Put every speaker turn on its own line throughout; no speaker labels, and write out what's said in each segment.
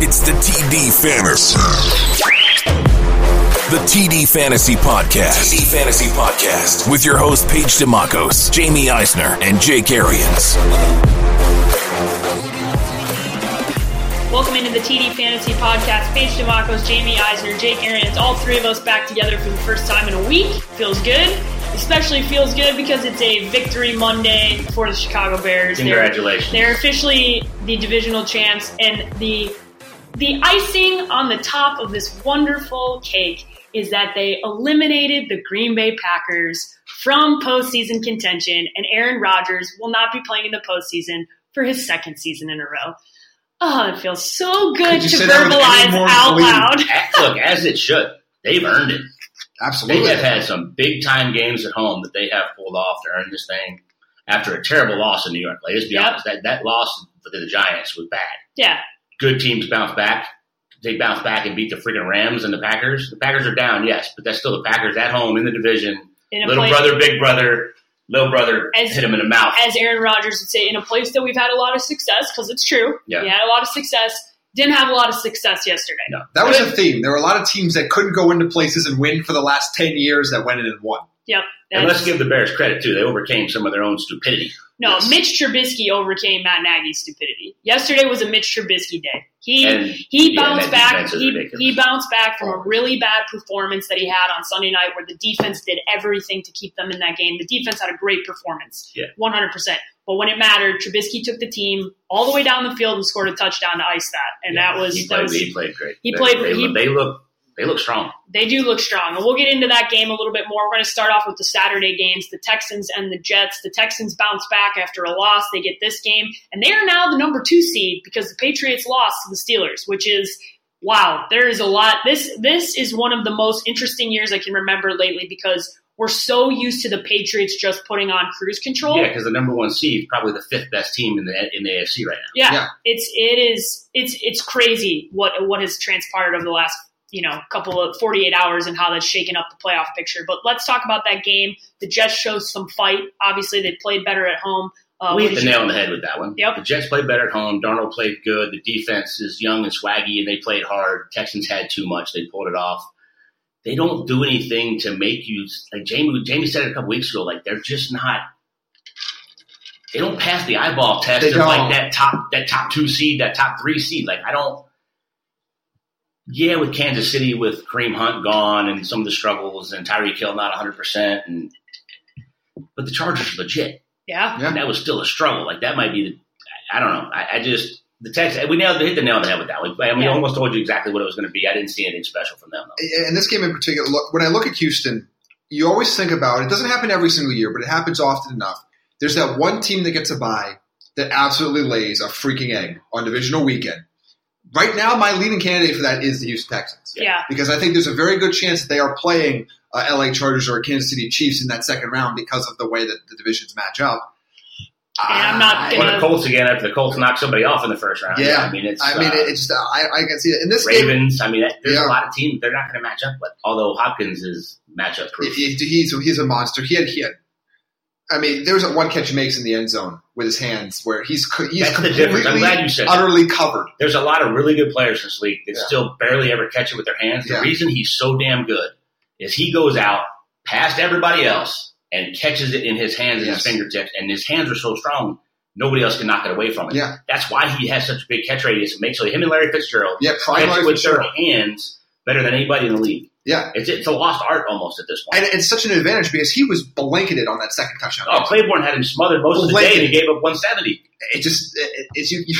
It's the TD Fanners. The TD Fantasy Podcast. TD Fantasy Podcast. With your host, Paige DeMacos, Jamie Eisner, and Jake Arians.
Welcome into the TD Fantasy Podcast. Paige DeMacos, Jamie Eisner, Jake Arians, all three of us back together for the first time in a week. Feels good. Especially feels good because it's a victory Monday for the Chicago Bears. They're-
Congratulations.
They're officially the divisional champs and the the icing on the top of this wonderful cake is that they eliminated the Green Bay Packers from postseason contention, and Aaron Rodgers will not be playing in the postseason for his second season in a row. Oh, it feels so good
Could you
to
say that with any
verbalize
more
out
glee?
loud.
A- Look, as it should. They've earned it. They
Absolutely.
have had some big time games at home that they have pulled off to earn this thing after a terrible loss in New York. Like, let's be
Yep.
honest, that, that loss to the Giants was bad.
Yeah,
Good teams bounce back. They bounce back and beat the freaking Rams and the Packers. The Packers are down, yes, but that's still the Packers at home in the division.
in a
Little
place,
brother, big brother, little brother
As-
hit him in the mouth.
as Aaron Rodgers would say, in a place that we've had a lot of success because it's true.
Yeah.
we had a lot of success. Didn't have a lot of success yesterday.
No.
that was a theme. There were a lot of teams that couldn't go into places and win for the last 10 years that went in and won.
Yep.
and
that's-
let's give the Bears credit, too. They overcame some of their own stupidity.
No,
Yes.
Mitch Trubisky overcame Matt Nagy's stupidity. Yesterday was a Mitch Trubisky day. He
And,
he
yeah,
bounced
that
back.
defense is
He,
ridiculous.
he bounced back from a really bad performance that he had on Sunday night, where the defense did everything to keep them in that game. The defense had a great performance,
Yeah.
one hundred percent. But when it mattered, Trubisky took the team all the way down the field and scored a touchdown to ice that, and
Yeah,
that was
he
that
played,
was
he played great.
he
They-
played-
They,
he-
look- they look they look strong.
they do look strong. And we'll get into that game a little bit more. We're going to start off with the Saturday games, the Texans and the Jets. The Texans bounce back after a loss. They get this game, and they are now the number two seed because the Patriots lost to the Steelers, which is wow. There is a lot. This this is one of the most interesting years I can remember lately because we're so used to the Patriots just putting on cruise control.
Yeah, because the number one seed is probably the fifth best team in the in the AFC right now.
yeah,
Yeah.
it's it is it's it's crazy what what has transpired over the last you know couple of 48 hours and how that's shaken up the playoff picture but let's talk about that game the jets showed some fight obviously they played better at home uh, what
we hit the
did you-
nail on the head with that one.
Yep.
The Jets played better at home. Darnold played good. The defense is young and swaggy, and they played hard. Texans had too much. They pulled it off. They don't do anything to make you like Jamie. Jamie said it a couple weeks ago. Like they're just not. They don't pass the eyeball test
They
of like
don't.
that top that top two seed, that top three seed. Like I don't. Yeah, with Kansas City, with Kareem Hunt gone and some of the struggles, and Tyreek Hill not 100%, and but the Chargers are legit
yeah
Yeah.
that was still a struggle. Like that might be the, I don't know. I, I just the Texans. We nailed hit the nail on the head with that one. I mean,
Yeah.
I almost told you exactly what it was going to be. I didn't see anything special from them though.
And this game in particular, look, when I look at Houston, you always think about it doesn't happen every single year, but it happens often enough. There's that one team that gets a bye that absolutely lays a freaking egg on divisional weekend. Right now, my leading candidate for that is the Houston Texans.
yeah
because I think there's a very good chance that they are playing uh, LA Chargers or Kansas City Chiefs in that second round because of the way that the divisions match up.
And I'm not
I-
Yeah.
Well, the Colts again after the Colts knocked somebody off in the first round.
Yeah.
I mean it's
I mean,
uh,
it's just, I, I can see that in this game.
Ravens. I mean, that, there's
Yeah.
a lot of teams they're not going to match up with. Although Hopkins is matchup proof.
he- He's he's a monster. He had he had. I mean, there's a one catch he makes in the end zone with his hands where he's co- he's
That's the difference. I'm
completely
glad you said that.
utterly covered.
There's a lot of really good players in this league that
Yeah.
still barely ever catch it with their hands. The
Yeah.
reason he's so damn good is he goes out past everybody else and catches it in his hands and his
Yes.
fingertips, and his hands are so strong, nobody else can knock it away from him.
Yeah.
That's why he has such a big catch radius and makes so him and Larry Fitzgerald
Yeah,
catch
primary
it
for
with
sure.
their hands better than anybody in the league.
Yeah,
It's it's a lost art almost at this point.
and it's such an advantage because he was blanketed on that second touchdown.
Oh, Claiborne had him smothered most of the day, and he gave up 170.
it just it, it's you, you,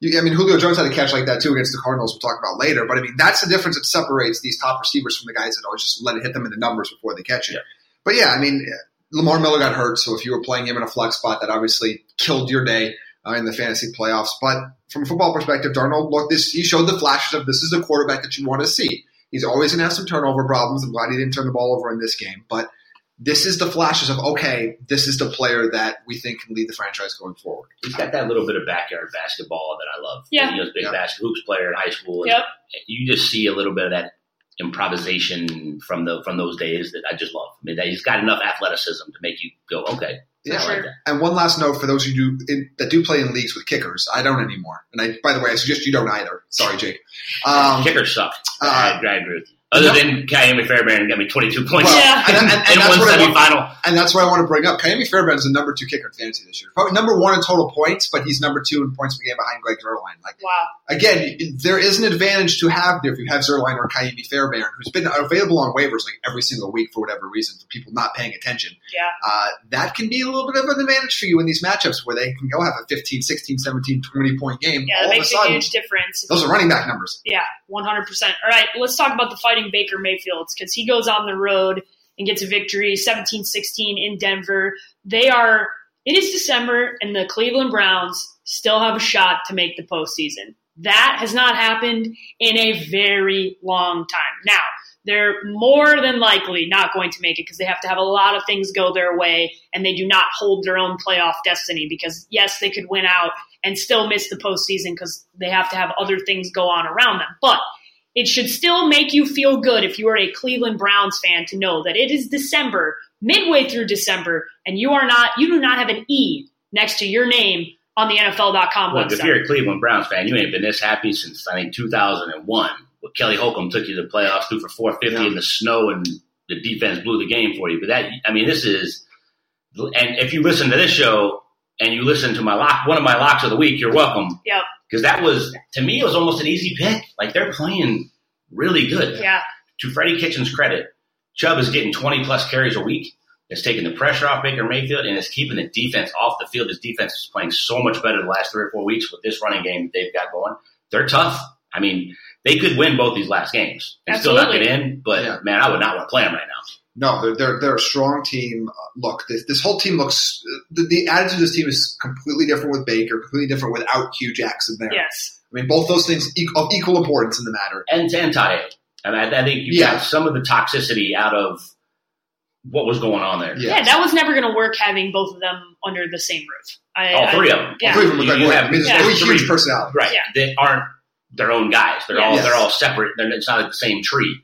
you. I mean, Julio Jones had a catch like that too against the Cardinals. We'll talk about later, but I mean that's the difference that separates these top receivers from the guys that always just let it hit them in the numbers before they catch it.
Yeah.
But yeah, I mean, Lamar Miller got hurt, so if you were playing him in a flex spot, that obviously killed your day uh, in the fantasy playoffs. But from a football perspective, Darnold looked this. He showed the flashes of this is a quarterback that you want to see. He's always going to have some turnover problems. I'm glad he didn't turn the ball over in this game, but this is the flashes of okay, this is the player that we think can lead the franchise going forward.
He's got that little bit of backyard basketball that I love.
Yeah.
he was a big
Yeah.
basket hoops player in high school. and
Yep.
you just see a little bit of that improvisation from the from those days that I just love. I mean, that he's got enough athleticism to make you go, okay,
Yeah.
I like that.
And one last note for those who do in, that do play in leagues with kickers. I don't anymore, and I by the way, I suggest you don't either. Sorry, Jake. Um,
Kickers suck.
uh,
I, I agree with you. Other
no-
than Kiami Fairbairn got me 22 points
well,
Yeah.
and, and- and
in
that's
one
what I want,
semifinal.
and that's what I want to bring up. Kaimi Fairbairn is the number two kicker in fantasy this year. Probably number one in total points, but he's number two in points per game behind Greg Zerline. Like
Wow.
again, there is an advantage to have there if you have Zerline or Kaimi Fairbairn, who's been available on waivers like every single week for whatever reason, for people not paying attention.
Yeah.
Uh, that can be a little bit of an advantage for you in these matchups where they can go have a 15, 16, 17, 20 point game.
Yeah,
All
that
of a
makes a
sudden,
huge difference.
those are running back numbers.
Yeah, 100%. All right, let's talk about the fighting Baker Mayfields because he goes on the road and gets a victory 17 16 in Denver. They are, it is December, and the Cleveland Browns still have a shot to make the postseason. That has not happened in a very long time. Now, they're more than likely not going to make it because they have to have a lot of things go their way and they do not hold their own playoff destiny because, yes, they could win out and still miss the postseason because they have to have other things go on around them. But it should still make you feel good if you are a Cleveland Browns fan to know that it is December, midway through December, and you are not you do not have an E next to your name on the NFL.com
Look, if
website.
you're a Cleveland Browns fan, you ain't been this happy since I think 2001. When Kelly Holcomb took you to the playoffs, threw for 450
Yeah.
in the snow, and the defense blew the game for you. But that, I mean, this is. And if you listen to this show and you listen to my lock, one of my locks of the week, you're welcome.
Yep.
Because that was to me, it was almost an easy pick. Like they're playing really good.
Yeah.
to Freddie Kitchen's credit, Chubb is getting 20 plus carries a week. It's taking the pressure off Baker Mayfield and it's keeping the defense off the field. His defense is playing so much better the last three or four weeks with this running game that they've got going. They're tough. I mean, they could win both these last games and still not
Absolutely.
get in, but
Yeah.
man, I would not want to play them right now.
No, they're, they're, they're a strong team. Uh, Look, this, this whole team looks, the, the attitude of this team is completely different with Baker, completely different without Hugh Jackson there.
Yes.
I mean, both those things equal, of equal importance in the matter.
And to Antaya, I, mean, I I think you
Yeah.
got some of the toxicity out of what was going on there.
Yeah.
Yeah, that was never going to work having both of them under the same roof. I,
All
I-
three of them.
Yeah.
Three of them are
You-
good
you
players.
have-
I mean, there's
yeah,
three
three.
huge personalities.
Right.
Yeah.
They aren't their own guys. They're all
Yes.
they're all separate. They're, it's not like the same tree.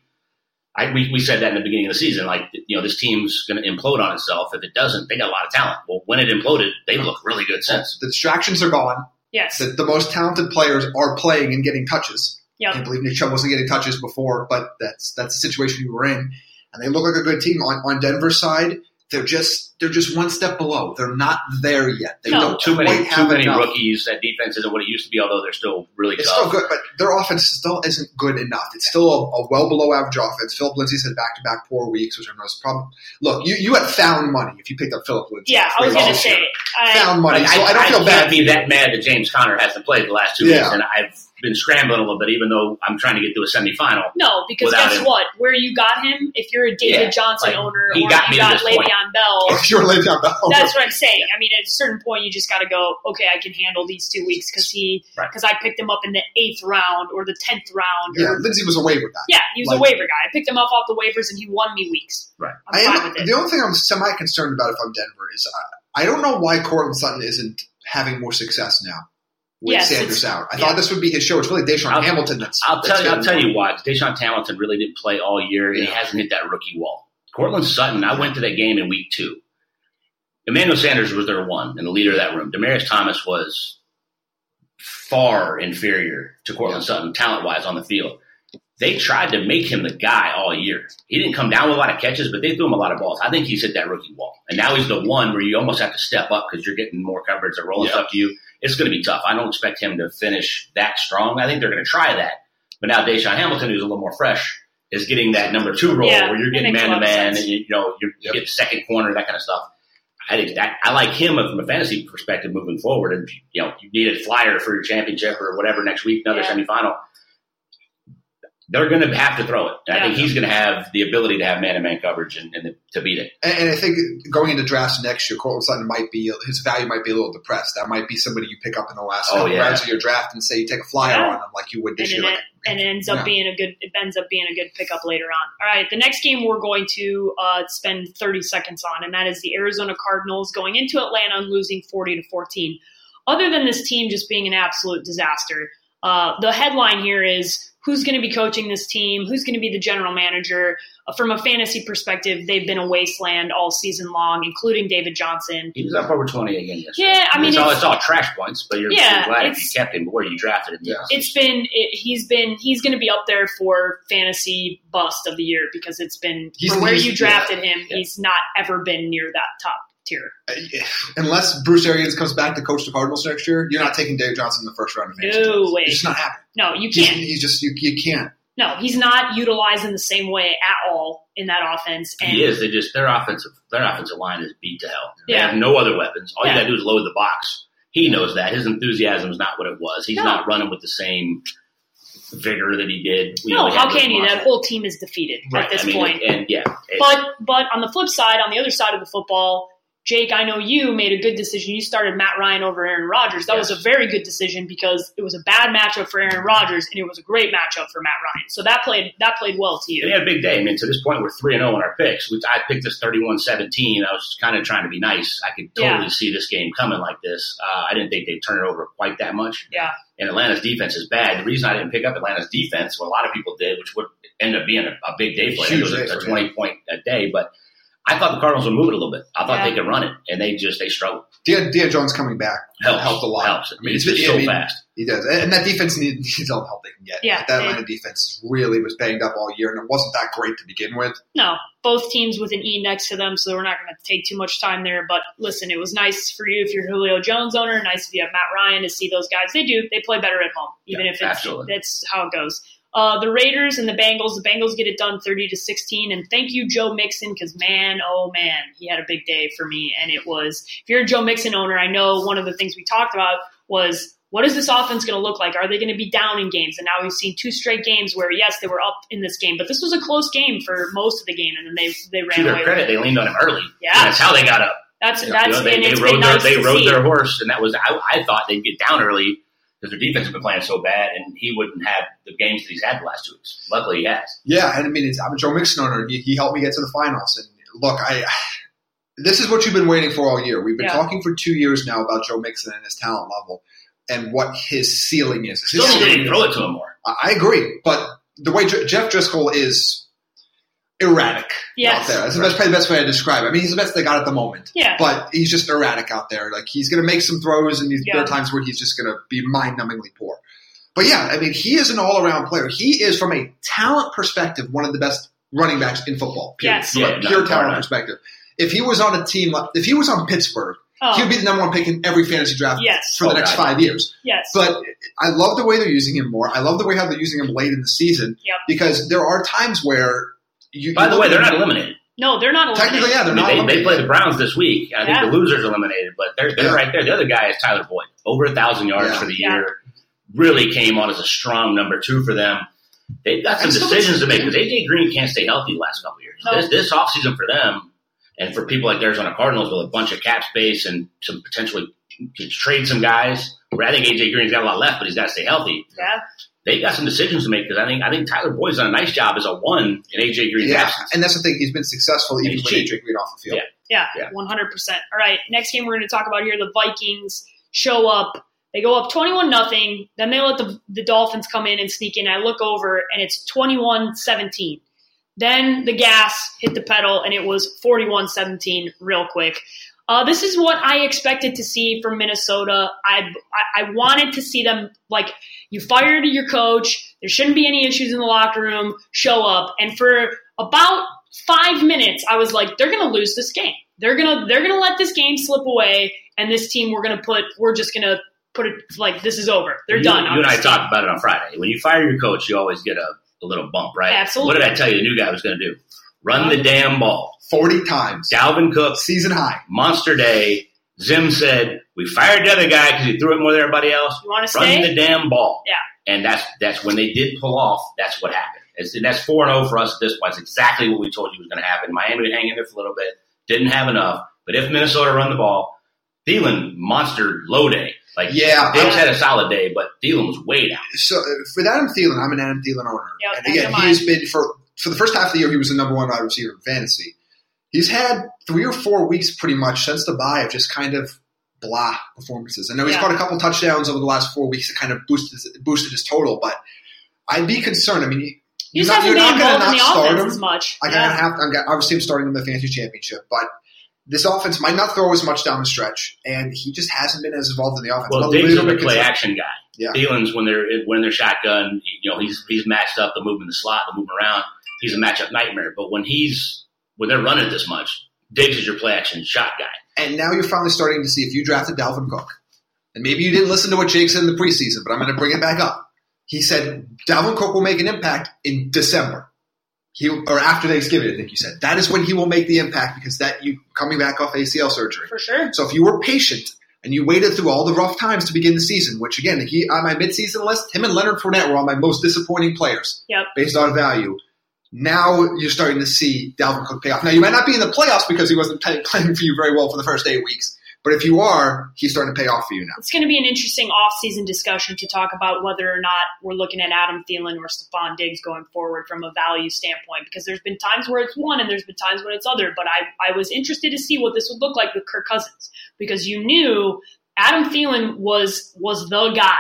I, we, we said that in the beginning of the season. Like you know, this team's going to implode on itself. If it doesn't, they got a lot of talent. Well, when it imploded, they look really good since.
The distractions are gone.
Yes.
The, the most talented players are playing and getting touches. I
Yep.
can't believe Nick Chubb wasn't getting touches before, but that's that's the situation we were in. And they look like a good team on, on Denver's side. They're just they're just one step below. They're not there yet. They
No.
don't
Too many
quite
too
have
many
enough.
rookies. That defense isn't what it used to be. Although they're still really
It's
tough.
still good, but their offense still isn't good enough. It's still a, a well below average offense. Philip Lindsay's had back to back poor weeks, which I know is a problem. Look, you, you had found money if you picked up Philip Lindsay.
Yeah, I was
Great
going to
offense.
say. I,
found money,
Like,
so I, don't feel
can't
bad.
Be that mad that James Conner hasn't played the last two
Yeah.
weeks, and I've been scrambling a little bit, even though I'm trying to get to a semifinal.
no, because
Without
guess
him.
what? Where you got him, if you're a David
Yeah,
Johnson
like,
owner or
he
you
got me to
got
this point. Oh.
Le'Veon Bell,
If you're laid down, no.
that's what I'm saying. I mean, at a certain point, you just got to go. Okay, I can handle these two weeks because he
Right.
because I picked him up in the eighth round or the tenth round.
yeah,
Or,
Lindsay was away with that.
yeah, he was a
Like-
waiver guy. I picked him up off the waivers and he won me weeks.
Right.
I'm
I
fine
am,
with it.
the only thing I'm semi concerned about if I'm Denver is uh, I, I don't know why Cortland Sutton isn't having more success now with
Yes,
Sanders
it's-
out. I
yeah.
thought this would be his show. It's really Deshaun
I'll-
Hamilton that's.
I'll
that's
tell you. I'll
been-
tell you why. Deshaun Hamilton really didn't play all year, and he
Yeah.
hasn't hit that rookie wall. Cortland Sutton. I went to that game in week two. Emmanuel Sanders was their one and the leader of that room. Demarius Thomas was far inferior to Cortland Sutton talent wise on the field. They tried to make him the guy all year. He didn't come down with a lot of catches, but they threw him a lot of balls. I think he's hit that rookie wall, and now he's the one where you almost have to step up because you're getting more coverage. They're rolling
Yeah.
stuff to you. It's going to be tough. I don't expect him to finish that strong. I think they're going to try that. But now Deshaun Hamilton, who's a little more fresh, is getting that number two role
Yeah,
where you're
that
getting
makes a
man to
lot of
man,
sense.
and you, you know you're
Yep.
getting second corner, that kind of stuff. I think that I like him from a fantasy perspective moving forward. And you know, you need a flyer for your championship or whatever next week, another
Yeah.
semifinal. they're going to have to throw it. And I think
Yeah.
he's going to have the ability to have man to man coverage and, and to beat it.
And, and I think going into drafts next year, Cortland Sutton might be his value might be a little depressed. That might be somebody you pick up in the last
Oh,
couple
yeah.
rounds of your draft and say you take a flyer
Yeah.
on him like you
and
would this year.
it,
Like,
and it ends up
Yeah.
being a good it ends up being a good pickup later on. All right, the next game we're going to uh, spend 30 seconds on, and that is the Arizona Cardinals going into Atlanta and losing 40 to 14. Other than this team just being an absolute disaster, uh, the headline here is who's going to be coaching this team? Who's going to be the general manager? Uh, From a fantasy perspective, they've been a wasteland all season long, including David Johnson.
He was up over 20 again yesterday.
Yeah, I mean,
it's, all,
it's-
it's all trash points, but you're,
Yeah,
you're glad if you
it's-
kept him where you drafted him.
Yeah.
it's been it, he's been he's going to be up there for fantasy bust of the year because it's been
He's-
for where
he's-
you drafted him
Yeah.
he's not ever been near that top tier
uh, unless Bruce Arians comes back to coach the Cardinals next year, you're not taking Dave Johnson in the first round. Of fantasy
No
drafts.
way.
It's just not happening.
no you
He's,
can't
he's just you, you can't.
no he's not utilized in the same way at all in that offense and
He is. They just their offensive their offensive line is beat to hell. They
Yeah.
have no other weapons. All
Yeah.
you got to do is load the box. He knows that. His enthusiasm is not what it was. He's
No.
not running with the same vigor that he did. We
no
only
how
had this
can you
monster.
that whole team is defeated
Right.
at this
I mean,
point
And yeah, it-
But but on the flip side, on the other side of the football, Jake, I know you made a good decision. You started Matt Ryan over Aaron Rodgers. That was
Yes.
a very good decision because it was a bad matchup for Aaron Rodgers and it was a great matchup for Matt Ryan. So that played that played well to
And he
you.
had a big day. I mean, to this point, we're 3 and 0 on our picks, which I picked this 31 17. I was kind of trying to be nice. I could totally
Yeah.
see this game coming like this. Uh, I didn't think they'd turn it over quite that much.
Yeah.
And Atlanta's defense is bad. The reason I didn't pick up Atlanta's defense, what a lot of people did, which would end up being a, a big day for them.
Huge
It was
day
a, a
for
20 point a day, but I thought the Cardinals would move it a little bit. I thought
Yeah.
they could run it, and they just they struggled.
Dan, Dan Jones coming back
Helps,
helped a lot.
Helps. I mean, it's
been-
just
I
so
mean,
fast.
He does, and that defense need- needs all the help they can get.
Yeah,
Like, that
they-
Atlanta defense really was banged up all year, and it wasn't that great to begin with.
No, both teams with an E next to them, so we're not going to take too much time there. But listen, it was nice for you if you're a Julio Jones owner. Nice if you have Matt Ryan to see those guys. They do. They play better at home, even
Yeah,
if it's
absolutely.
that's how it goes. Uh, the Raiders and the Bengals. The Bengals get it done, thirty to sixteen. And thank you, Joe Mixon, because man, oh man, he had a big day for me. And it was if you're a Joe Mixon owner, I know one of the things we talked about was what is this offense going to look like? Are they going to be down in games? And now we've seen two straight games where yes, they were up in this game, but this was a close game for most of the game, and then they they ran
To their
away.
credit,
with it.
they leaned on him early.
Yeah.
And that's how they got up.
That's
Yeah,
that's
You know, they,
and
they
it's
rode
been
their
nice
they
to
rode
see.
their horse, and that was I, I thought they'd get down early because their defense had been playing so bad, and he wouldn't have the games that he's had the last two weeks. Luckily, he has.
Yeah, and I mean, it's, I'm a Joe Mixon owner. He, he helped me get to the finals. And look, I this is what you've been waiting for all year. We've been
Yeah.
talking for two years now about Joe Mixon and his talent level and what his ceiling is. His
Still
ceiling
didn't
is-
throw it to him more.
I I agree, but the way Dr- Jeff Driscoll is erratic out
Yes.
there. That's the best, probably the best way to describe. It. I mean, he's the best they got at the moment.
Yeah.
But he's just erratic out there. Like he's going to make some throws, and these, there
Yeah.
are times where he's just going to be mind-numbingly poor. But yeah, I mean, he is an all-around player. He is, from a talent perspective, one of the best running backs in football. Pure,
Yes.
from a
Yeah, no,
pure
no,
talent
no.
perspective. If he was on a team, like, if he was on Pittsburgh,
Oh,
he'd be the number one pick in every fantasy draft
Yes.
for the
Oh,
next
God.
five years.
yes.
But I love the way they're using him more. I love the way how they're using him late in the season
Yep.
because there are times where you.
By
you
the
look
way,
at
they're
him-
not eliminated.
no, they're not.
Technically,
eliminated.
yeah,
I
they're
mean,
not.
they, they
eliminated.
play the Browns this week. and I
Yeah.
think the losers eliminated, but they're they're
Yeah.
right there. The other guy is Tyler Boyd, over a thousand yards
Yeah.
for the
Yeah.
year. Really came on as a strong number two for them. They've got some
And so
decisions to
much-
make because AJ Green can't stay healthy the last couple of years.
No.
This, this offseason for them and for people like the Arizona Cardinals with a bunch of cap space and some potentially to trade some guys. Where I think AJ Green's got a lot left, but he's got to stay healthy.
Yeah.
They've got some decisions to make because I think I think Tyler Boyd's done a nice job as a one in AJ Green's
Yeah,
absence.
and that's the thing. He's been successful even
he's
with
cheap.
AJ Green off the field.
Yeah,
Yeah.
one hundred percent. All right, next game we're going to talk about here. The Vikings show up. They go up twenty-one nothing. Then they let the the Dolphins come in and sneak in. I look over and it's 21-17. Then the gas hit the pedal and it was 41-17 real quick. Uh, this is what I expected to see from Minnesota. I, I I wanted to see them like you fired your coach. There shouldn't be any issues in the locker room. Show up. And for about five minutes, I was like, they're gonna lose this game. They're gonna they're gonna let this game slip away, and this team we're gonna put we're just gonna put it like this is over. They're
you,
done.
You and I
obviously.
talked about it on Friday. When you fire your coach, you always get a, a little bump, right?
Absolutely.
What did I tell you the new guy was going to do? Run the damn ball.
Forty times,
Dalvin Cook,
season high.
monster day. Zim said, we fired the other guy because he threw it more than everybody else.
You want to
Run
stay?
the damn ball.
Yeah.
And that's that's when they did pull off, that's what happened. It's, that's 4 0 for us at this point. It's exactly what we told you was going to happen. Miami would hang in there for a little bit, didn't have enough. But if Minnesota run the ball, Thielen monster low day. Like
Yeah,
Diggs
I-
had a solid day, but Thielen was way down.
So uh, with Adam Thielen, I'm an Adam Thielen owner.
Yeah,
and again,
neither am I.
he's been for for the first half of the year, he was the number one wide receiver in fantasy. He's had three or four weeks pretty much since the bye of just kind of blah performances. I know he's
Yeah.
caught a couple touchdowns over the last four weeks that kind of boosted boosted his total, but I'd be concerned. I mean, you-
He
you're
just
not, you're
hasn't been
not going
involved
to
in
not
the
start
offense
him.
as much.
I
Yeah.
gotta have. I'm gonna, obviously, I'm starting him in the fantasy championship, but this offense might not throw as much down the stretch, and he just hasn't been as involved in the offense.
Well,
I'm a
Diggs is
little
a
bit
play
concerned.
action guy.
Yeah.
Thielen's when they're when they're shotgun, you know, he's he's matched up. The move in the slot, the move around, he's a matchup nightmare. But when he's when they're running this much, Diggs is your play action shot guy.
And now you're finally starting to see if you drafted Dalvin Cook, and maybe you didn't listen to what Jake said in the preseason, but I'm going to bring it back up. He said Dalvin Cook will make an impact in December, he or after Thanksgiving. I think you said that is when he will make the impact because that you coming back off ACL surgery.
for sure.
So if you were patient and you waited through all the rough times to begin the season, which again, he on my midseason list, him and Leonard Fournette were on my most disappointing players
Yep.
based on value. Now you're starting to see Dalvin Cook pay off. Now you might not be in the playoffs because he wasn't pay- playing for you very well for the first eight weeks, but if you are, he's starting to pay off for you now.
It's going to be an interesting off-season discussion to talk about whether or not we're looking at Adam Thielen or Stephon Diggs going forward from a value standpoint, because there's been times where it's one and there's been times when it's other. But I, I was interested to see what this would look like with Kirk Cousins, because you knew Adam Thielen was was the guy,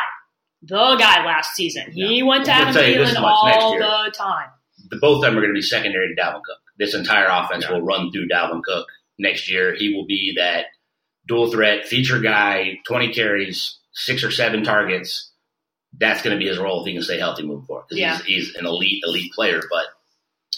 the guy last season. He went to
I'll
Adam
tell you this
Thielen
much, next
all
year.
the time.
The, both of them are going to be secondary to Dalvin Cook. This entire offense will run through Dalvin Cook next year. He will be that dual threat feature guy, twenty carries, six or seven targets. That's going to be his role if he can stay healthy moving forward. 'Cause
Yeah.
he's, he's an elite, elite player, but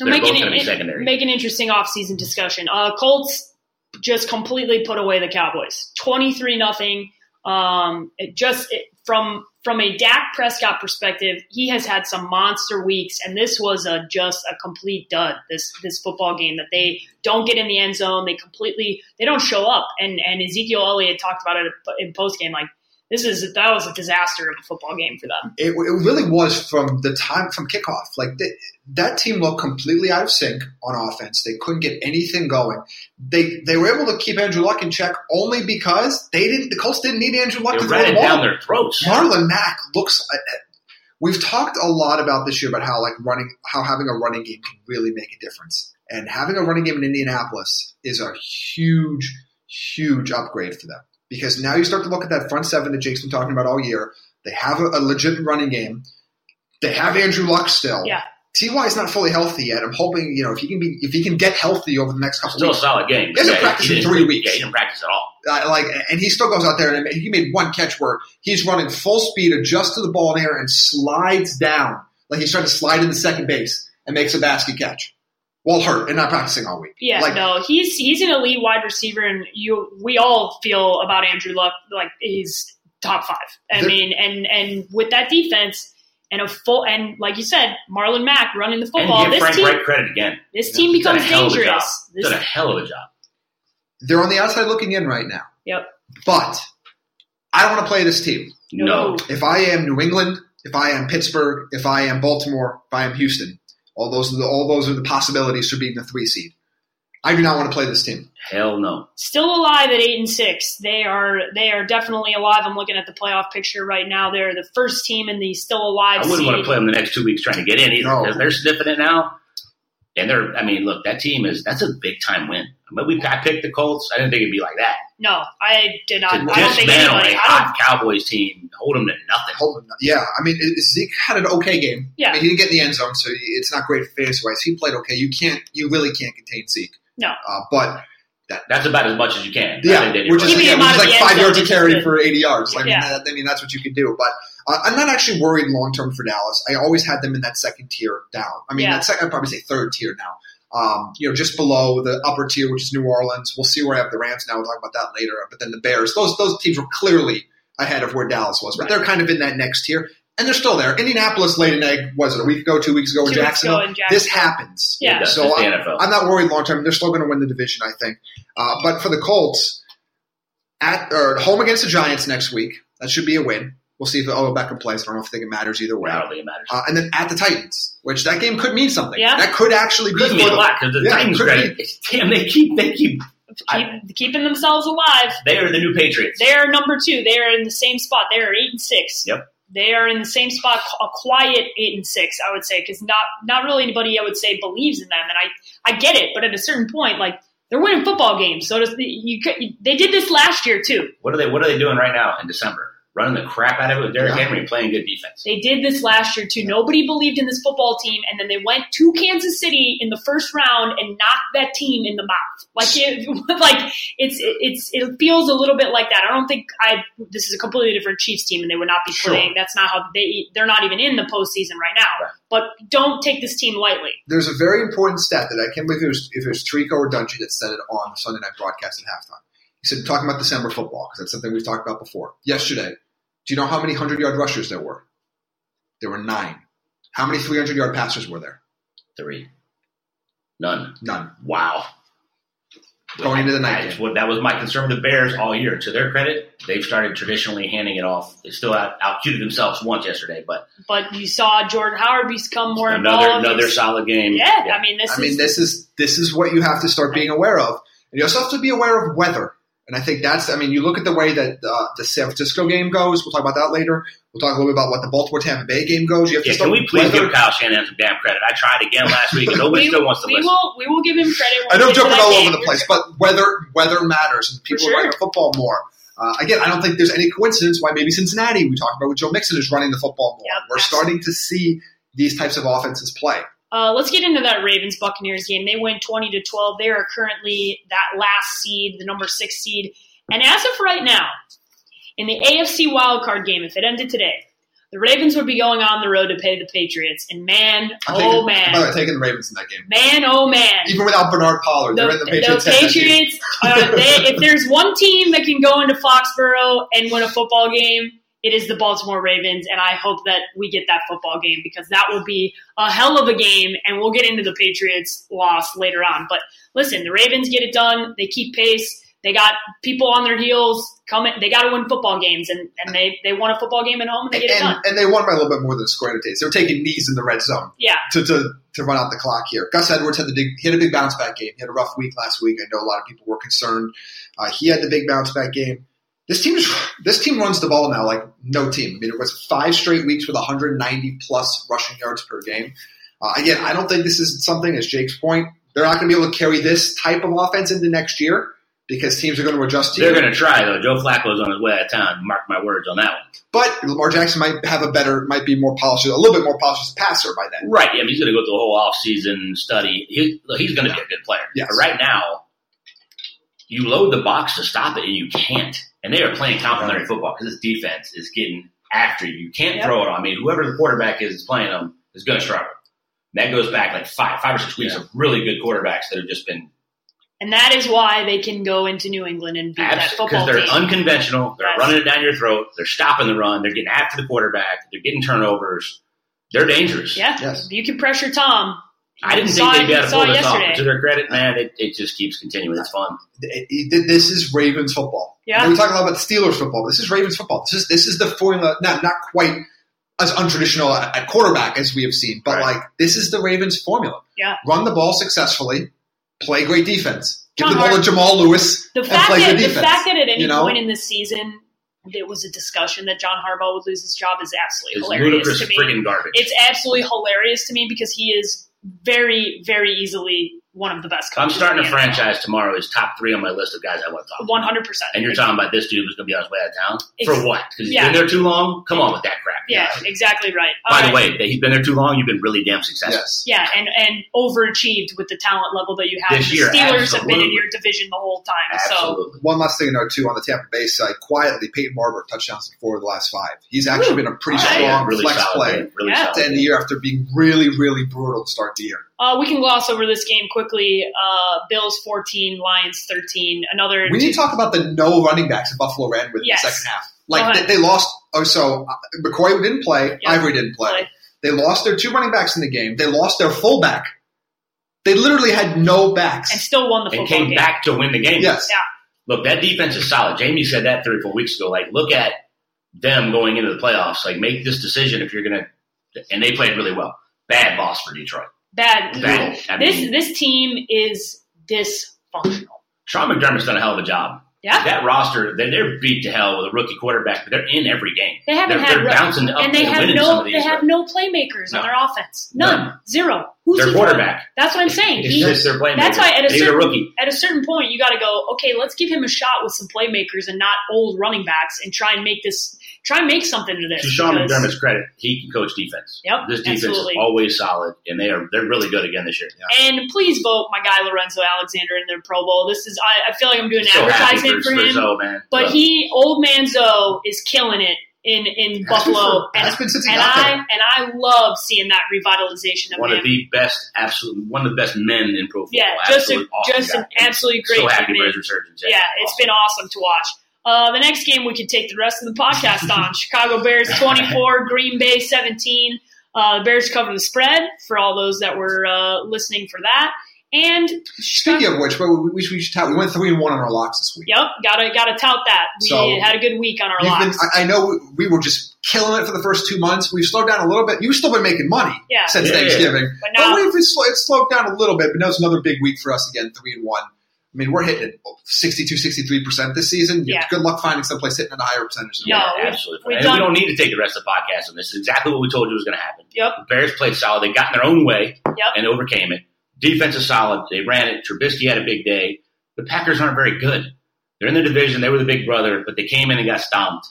We're
They're
making
both
it-
gonna be
it-
secondary.
Make an interesting offseason discussion. Uh, Colts just completely put away the Cowboys, twenty three nothing. Um, it just it, from from a Dak Prescott perspective, he has had some monster weeks, and this was a just a complete dud. This this football game that they don't get in the end zone, they completely they don't show up. And and Ezekiel Elliott talked about it in post game, like this is that was a disaster of a football game for them.
It, it really was from the time from kickoff. Like th- that team looked completely out of sync on offense. They couldn't get anything going. They they were able to keep Andrew Luck in check only because they didn't. The Colts didn't need Andrew Luck
they
to throw
ran
the
it
ball.
down their throats.
Marlon Mack looks. I- I- We've talked a lot about this year about how like running, how having a running game can really make a difference, and having a running game in Indianapolis is a huge, huge upgrade for them because now you start to look at that front seven that Jake's been talking about all year. They have a, a legit running game. They have Andrew Luck still.
Yeah.
Ty is not fully healthy yet. I'm hoping you know if he can be if he can get healthy over the next couple
Still a
weeks.
solid game.
He hasn't
Yeah,
practiced in
didn't-
three weeks.
Yeah, he didn't practice at all.
I like, and he still goes out there and he made one catch where he's running full speed, adjusts to the ball in the air, and slides down like he's trying to slide into second base and makes a basket catch while hurt and not practicing all week.
Yeah,
like,
no, he's he's an elite wide receiver, and you we all feel about Andrew Luck like he's top five. I
There-
mean, and and with that defense and a full and like you said, Marlon Mack running the football,
and give
this
Frank
team
Wright credit again.
this team
He's done a
becomes
hell of a job.
dangerous.
He's
This-
done a hell of a job.
they're on the outside looking in right now,
yep.
but I don't want to play this team.
No.
If I am New England, if I am Pittsburgh, if I am Baltimore, if I am Houston, all those are the, all those are the possibilities for being the three seed. I do not want to play this team.
Hell no.
still alive at eight and six. They are they are definitely alive. I'm looking at the playoff picture right now. They're the first team in the still alive.
I wouldn't
seed.
want to play them the next two weeks trying to get in either.
No.
because They're sniffing it now. And they're, I mean, look, that team is, that's a big time win. I mean, we, I picked the Colts. I didn't think it'd be like that.
No, I did not.
To
I don't think
dismantle
anybody.
a
I don't
hot Cowboys team, hold them to nothing.
Hold on. Yeah, I mean, it- Zeke had an okay game.
Yeah.
I mean, he didn't get in the end zone, so it's not great fantasy wise. He played okay. You can't, you really can't contain Zeke.
No.
uh, but
That's about as much as you can. I
yeah,
think they did
which is
well.
Keeping
yeah,
him
which
out
is
of the
like
end
five
zone
yards a
is
carry
good.
for eighty yards. Like, I mean,
Yeah.
that- I mean, that's what you can do. But uh, I'm not actually worried long term for Dallas. I always had them in that second tier down. I mean,
Yeah.
that second, I'd probably say third tier now. Um, you know, just below the upper tier, which is New Orleans. We'll see where I have the Rams now. We'll talk about that later. But then the Bears. Those those teams were clearly ahead of where Dallas was, but they're kind of in that next tier. And they're still there. Indianapolis laid an egg, was it a week ago, two weeks ago in
Two weeks
Jacksonville?
ago in
This
Jacksonville.
happens.
Yeah.
That's
So uh,
just the
I'm-
NFL.
I'm not worried long term. They're still going to win the division, I think. Uh, but for the Colts, at or at home against the Giants next week, that should be a win. We'll see if Odell Beckham plays. I don't know if I think it matters either way.
I don't think it matters.
Uh, and then at the Titans, which that game could mean something.
Yeah.
That could actually be
Could mean
for
a
the-
lot because the
yeah,
Titans
could
right,
mean-
damn they keep they keep I-
Keep, keeping themselves alive.
they are the new Patriots.
They are number two. They are in the same spot. They are eight and six.
Yep.
They are in the same spot, a quiet eight and six, I would say, because not not really anybody I would say believes in them, and I I get it, but at a certain point, like they're winning football games, so does the, you, could- they did this last year too.
What are they What are they doing right now in December? Running the crap out of it with Derrick
Yeah.
Henry, playing good defense.
They did this last year too. Nobody believed in this football team, and then they went to Kansas City in the first round and knocked that team in the mouth. Like, it, like it's it's it feels a little bit like that. I don't think I. This is a completely different Chiefs team, and they would not be
Sure.
playing. That's not how they. They're not even in the postseason right now. But don't take this team lightly.
There's a very important stat that I can't believe it was, if it was Trico or Dungy that said it on the Sunday night broadcast at halftime. He said, talking about December football, because that's something we've talked about before. Yesterday, do you know how many 100 yard rushers there were? There were nine. How many 300 yard passers were there?
Three, none.
None.
Wow.
Going into the night
That's
game.
what- that was my concern with the Bears all year. To their credit, they've started traditionally handing it off. They still out outcuted themselves once yesterday, but
But you saw Jordan Howard become more
another
involved.
another
It's-
solid game.
yeah, I mean this
I mean,
is
this is this is what you have to start being aware of, and you also have to be aware of weather. And I think that's. I mean, you look at the way that uh, the San Francisco game goes. We'll talk about that later. We'll talk a little bit about what the Baltimore Tampa Bay game goes. You have to
Yeah,
start
can we please
weather-
give Kyle Shanahan some damn credit? I tried again last week, and nobody
we,
still wants to
we
listen.
will we will give him credit. when
I know
we
I'm
get to
jumping
that
all
game.
over the place, but weather weather matters, and people
sure.
like football more. Uh, again, I don't think there's any coincidence why maybe Cincinnati, we talked about with Joe Mixon, is running the football more.
Yep,
We're starting to see these types of offenses play.
Uh, let's get into that Ravens Buccaneers game. They win 20 to 12. They are currently that last seed, the number six seed. And as of right now, in the AFC wildcard game, if it ended today, the Ravens would be going on the road to pay the Patriots. And man,
I'm
oh
taking, By the way,
man,
taking the Ravens in that game.
man, oh man.
Even without Bernard Pollard,
The,
they're in the
the
Patriots. head that game.
Patriots, uh, they, if there's one team that can go into Foxborough and win a football game, it is the Baltimore Ravens, and I hope that we get that football game because that will be a hell of a game, and we'll get into the Patriots' loss later on. But listen, the Ravens get it done. They keep pace. They got people on their heels. Coming, they got to win football games, and, and they, they won a football game at home, and they get it done.
and, and they won by a little bit more than a score entertainment. They were taking knees in the red zone
Yeah,
to, to, to run out the clock here. Gus Edwards had the big, he had a big bounce back game. He had a rough week last week. I know a lot of people were concerned. Uh, he had the big bounce back game. This team is, this team runs the ball now like no team. I mean, it was five straight weeks with 190 plus rushing yards per game. Uh, again, I don't think this is something, as Jake's point, they're not going to be able to carry this type of offense into next year because teams are going to adjust to
They're
you.
going to try though. Joe Flacco's on his way out of town. Mark my words on that one.
But Lamar Jackson might have a better, might be more polished, a little bit more polished as a passer by then.
Right? Yeah, he's going to go through a whole offseason study. He, look, he's going to be a good player.
Yes.
But right now, you load the box to stop it, and you can't. And they are playing complimentary football because this defense is getting after you. You can't
Yep.
throw it on. I mean, whoever the quarterback is that's playing them is going to struggle. And that goes back like five, five or six weeks of really good quarterbacks that have just been
and that is why they can go into New England and beat that
because
football
they're
team.
unconventional. They're
Yes.
running it down your throat. They're stopping the run. They're getting after the quarterback. They're getting turnovers. They're dangerous.
yeah,
Yes.
you can pressure Tom.
I didn't
Saw
think they'd
it-
be able to
saw
pull
it
this off.
yesterday.
To their credit, man, it, it just keeps continuing. It's fun.
it- it- this is Ravens football.
Yeah.
And we talk a lot about Steelers football. This is Ravens football. This is this is the formula. Not not quite as untraditional at, at quarterback as we have seen, but
Right.
like this is the Ravens formula.
Yeah.
run the ball successfully, play great defense, give
John
the ball to
Hart-
Jamal Lewis,
The
and
fact
play
that
good
the
defense.
fact that at any
you know?
point in this season there was a discussion that John Harbaugh would lose his job is absolutely
It's
hilarious
ludicrous
to me.
freaking garbage.
It's absolutely hilarious to me because he is very, very easily one of the best
I'm
coaches.
starting a franchise tomorrow. Is top three on my list of guys I want to talk. to.
One hundred percent.
And you're talking about this dude was going to be on his way out of town
Ex-
for what? Because he's
yeah.
been there too long. Come on with that crap.
Yeah, exactly right.
By
All
the
right.
way, that he's been there too long. You've been really damn successful.
yes,
Yeah, and, and overachieved with the talent level that you have.
This
the
year,
Steelers have been in
absolutely.
your division the whole time. So
Absolutely.
One last thing to note too on the Tampa Bay side, quietly Peyton Barber touchdowns in four of the last five. He's actually been a pretty
all right.
strong
Yeah, really
flex
solid.
player
game, Really
Yeah.
solid.
to end the year after being really really brutal to start the year.
uh, we can gloss over this game quickly. Uh, Bills fourteen, Lions thirteen. Another
We need to talk about the no running backs that Buffalo ran with
Yes.
in the second half.
Go
Like
ahead.
they, they lost. Oh, so uh, McCoy didn't play.
Yeah.
Ivory didn't play.
Play.
They lost their two running backs in the game. They lost their fullback. They literally had no
and
backs.
still won the
and
football
came
game.
back to win the game.
Yes,
Yeah.
Look, that defense is solid. Jamie said that three or four weeks ago. Like, look at them going into the playoffs. Like, make this decision if you're going to. And they played really well. Bad loss for Detroit.
Bad.
Bad. I
This
mean-
this team is dysfunctional.
Sean McDermott's done a hell of a job.
Yeah.
That roster, they- they're beat to hell with a rookie quarterback, but they're in every game.
They haven't
they're,
had
they're
rookie-
bouncing up
and they have
winning some
no
of
they
these.
have
but
no playmakers
No.
on their offense. None.
None.
Zero. Who's
Their
he throwing?
quarterback.
That's what I'm saying.
It's
He-
just their playmaker.
that's why at a
And he's a
certain
rookie.
at a certain point you got to go, okay, let's give him a shot with some playmakers and not old running backs and try and make this try and make something of this.
to Sean
because-
McDermott's credit, he can coach defense.
Yep,
this defense
absolutely.
is always solid, and they are they're really good again this year.
And please vote my guy Lorenzo Alexander in the Pro Bowl. This is I, I feel like I'm doing
So happy
advertisement for,
for
him,
Zoe, man.
but
Look,
he old man Zoe is killing it in in
That's been
Buffalo.
for- that's been since he
and
got
I
there.
and I love seeing that revitalization of
one
him.
of the best, absolute one of the best men in pro football.
Yeah, just a,
Absolute awesome
just
guy.
an absolutely great
So happy for
teammate.
his resurgence.
Yeah, it's been awesome to watch. Uh, the next game we could take the rest of the podcast on Chicago Bears 24, Green Bay 17. Uh, the Bears cover the spread for all those that were uh, listening for that. And
Speaking of which, but we, we, should- we should tout, we went three and one on our locks this week.
yep, gotta gotta tout that. We
So-
had a good week on our
You've been,
locks.
I, I know we were just killing it for the first two months. We've slowed down a little bit. You've still been making money
Yeah.
since
Yeah.
Thanksgiving,
But now-
we've it's, slow, it's slowed down a little bit. But now it's another big week for us again, three and one. I mean, we're hitting it 62, 63 percent this season.
Yeah.
Good luck finding someplace hitting at a higher percentage. Than
No,
that.
we-
absolutely.
we've
and
done-
we don't need to take the rest of the podcast on this. It's exactly what we told you was going to happen.
Yep.
The Bears played solid. They got in their own way
Yep.
and overcame it. Defense is solid. They ran it. Trubisky had a big day. The Packers aren't very good. They're in the division. They were the big brother, but they came in and got stomped.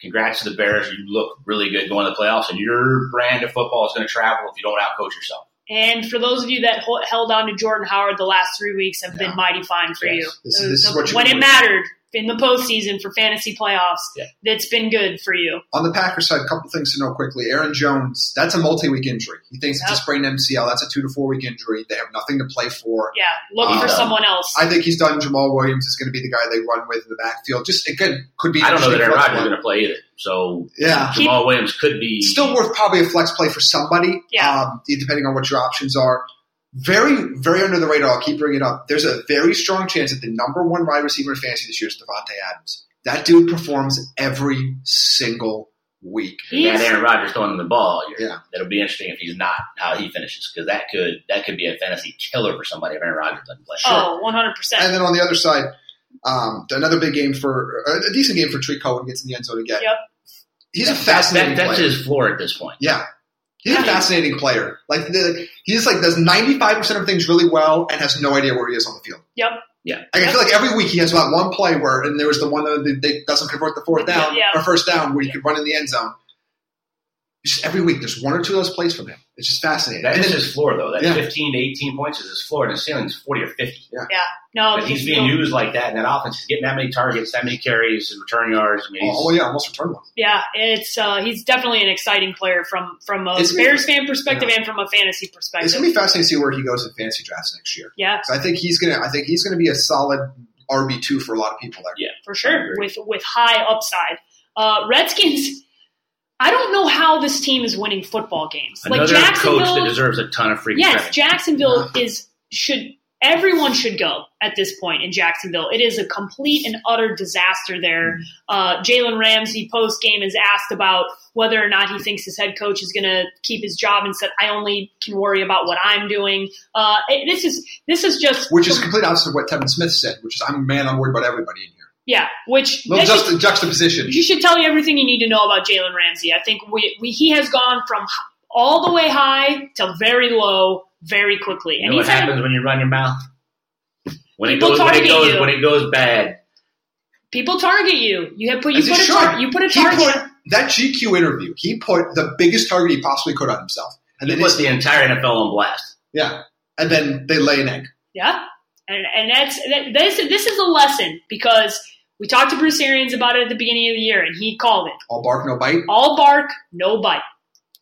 Congrats to the Bears. You look really good going to the playoffs, and your brand of football is going to travel if you don't outcoach yourself.
And for those of you that ho- held on to Jordan Howard the last three weeks have been
Yeah.
mighty fine for
Yes.
you.
This is- this is what you
when it
want.
mattered in the postseason for fantasy playoffs,
Yeah.
that's been good for you.
On the Packers side, a couple things to know quickly. Aaron Jones, that's a multi-week injury. He thinks
Yeah.
it's a sprained MCL. That's a two to four week injury. They have nothing to play for.
Yeah, look
Uh,
for someone else.
I think he's done. Jamal Williams is going to be the guy they run with in the backfield. Just again, could be.
I don't know that
interesting
Aaron
for us.
Rodgers is going to play either. So
Yeah.
Jamal Williams could be
still worth probably a flex play for somebody,
Yeah.
um, depending on what your options are. Very, very under the radar. I'll keep bringing it up. There's a very strong chance that the number one wide receiver in fantasy this year is Devontae Adams. That dude performs every single week.
He
and
is-
Aaron Rodgers throwing him the ball. You're-
Yeah.
That'll be interesting if he's not how he finishes because that could that could be a fantasy killer for somebody if Aaron Rodgers doesn't play.
Oh, 100%.
And then on the other side, um, another big game for a decent game for Tree Cohen gets in the end zone again.
Yep.
He's a
That-
fascinating
that- that's
player.
his floor at this point.
yeah. He's
I
a
mean-
fascinating player. Like the, he just like does ninety five percent of things really well and has no idea where he is on the field.
yep.
Like, I feel like every week he has about one play where, and there was the one that they doesn't convert the fourth down
Yeah.
or first down where you could run in the end zone. Just every week, there's one or two of those plays from him. It's just fascinating.
That
And
is
then-
his floor though. That
Yeah.
15 to 18 points is his floor, and his ceiling's 40 or 50.
No,
But he's being used like that in that offense. He's getting that many targets, that many carries, his return yards. I mean, he's,
oh yeah, almost returned one.
Yeah, it's uh, he's definitely an exciting player from from a
It's gonna be-
Bears fan perspective and from a fantasy
It's
perspective.
gonna be fascinating to see where he goes in fantasy drafts next year.
yeah,
So I think he's gonna. I think he's gonna be a solid RB two for a lot of people there.
for
I
sure,
agree.
with with high upside. Uh, Redskins. I don't know how this team is winning football games. like
another
Jacksonville,
coach that deserves a ton of freaking
yes,
credit.
Jacksonville is should everyone should go at this point in Jacksonville. It is a complete and utter disaster there.
Mm-hmm.
Uh, Jalen Ramsey post game is asked about whether or not he thinks his head coach is going to keep his job, and said, "I only can worry about what I'm doing." Uh, it- this is this is just
Which is complete opposite of what Tevin Smith said, which is I'm man, I'm worried about everybody in here.
yeah, which
Little
that should-
just, juxtaposition.
You should tell you everything you need to know about Jalen Ramsey. I think we, we he has gone from h- all the way high to very low very quickly,
You
and
know what
he's had
happens when you run your mouth? When it
People
goes, when it
target
goes,
you.
when it goes bad.
people target you. You have put you
As
put
it
a tar-
should.
you put a
He
target.
put- that GQ interview. He put the biggest target he possibly could on himself, and
He
then
puts
his
the entire NFL on blast.
Yeah. And then they lay an egg.
Yeah, and and that's that, this this is a lesson because we talked to Bruce Arians about it at the beginning of the year, and he called it
All bark, no bite.
all bark, no bite.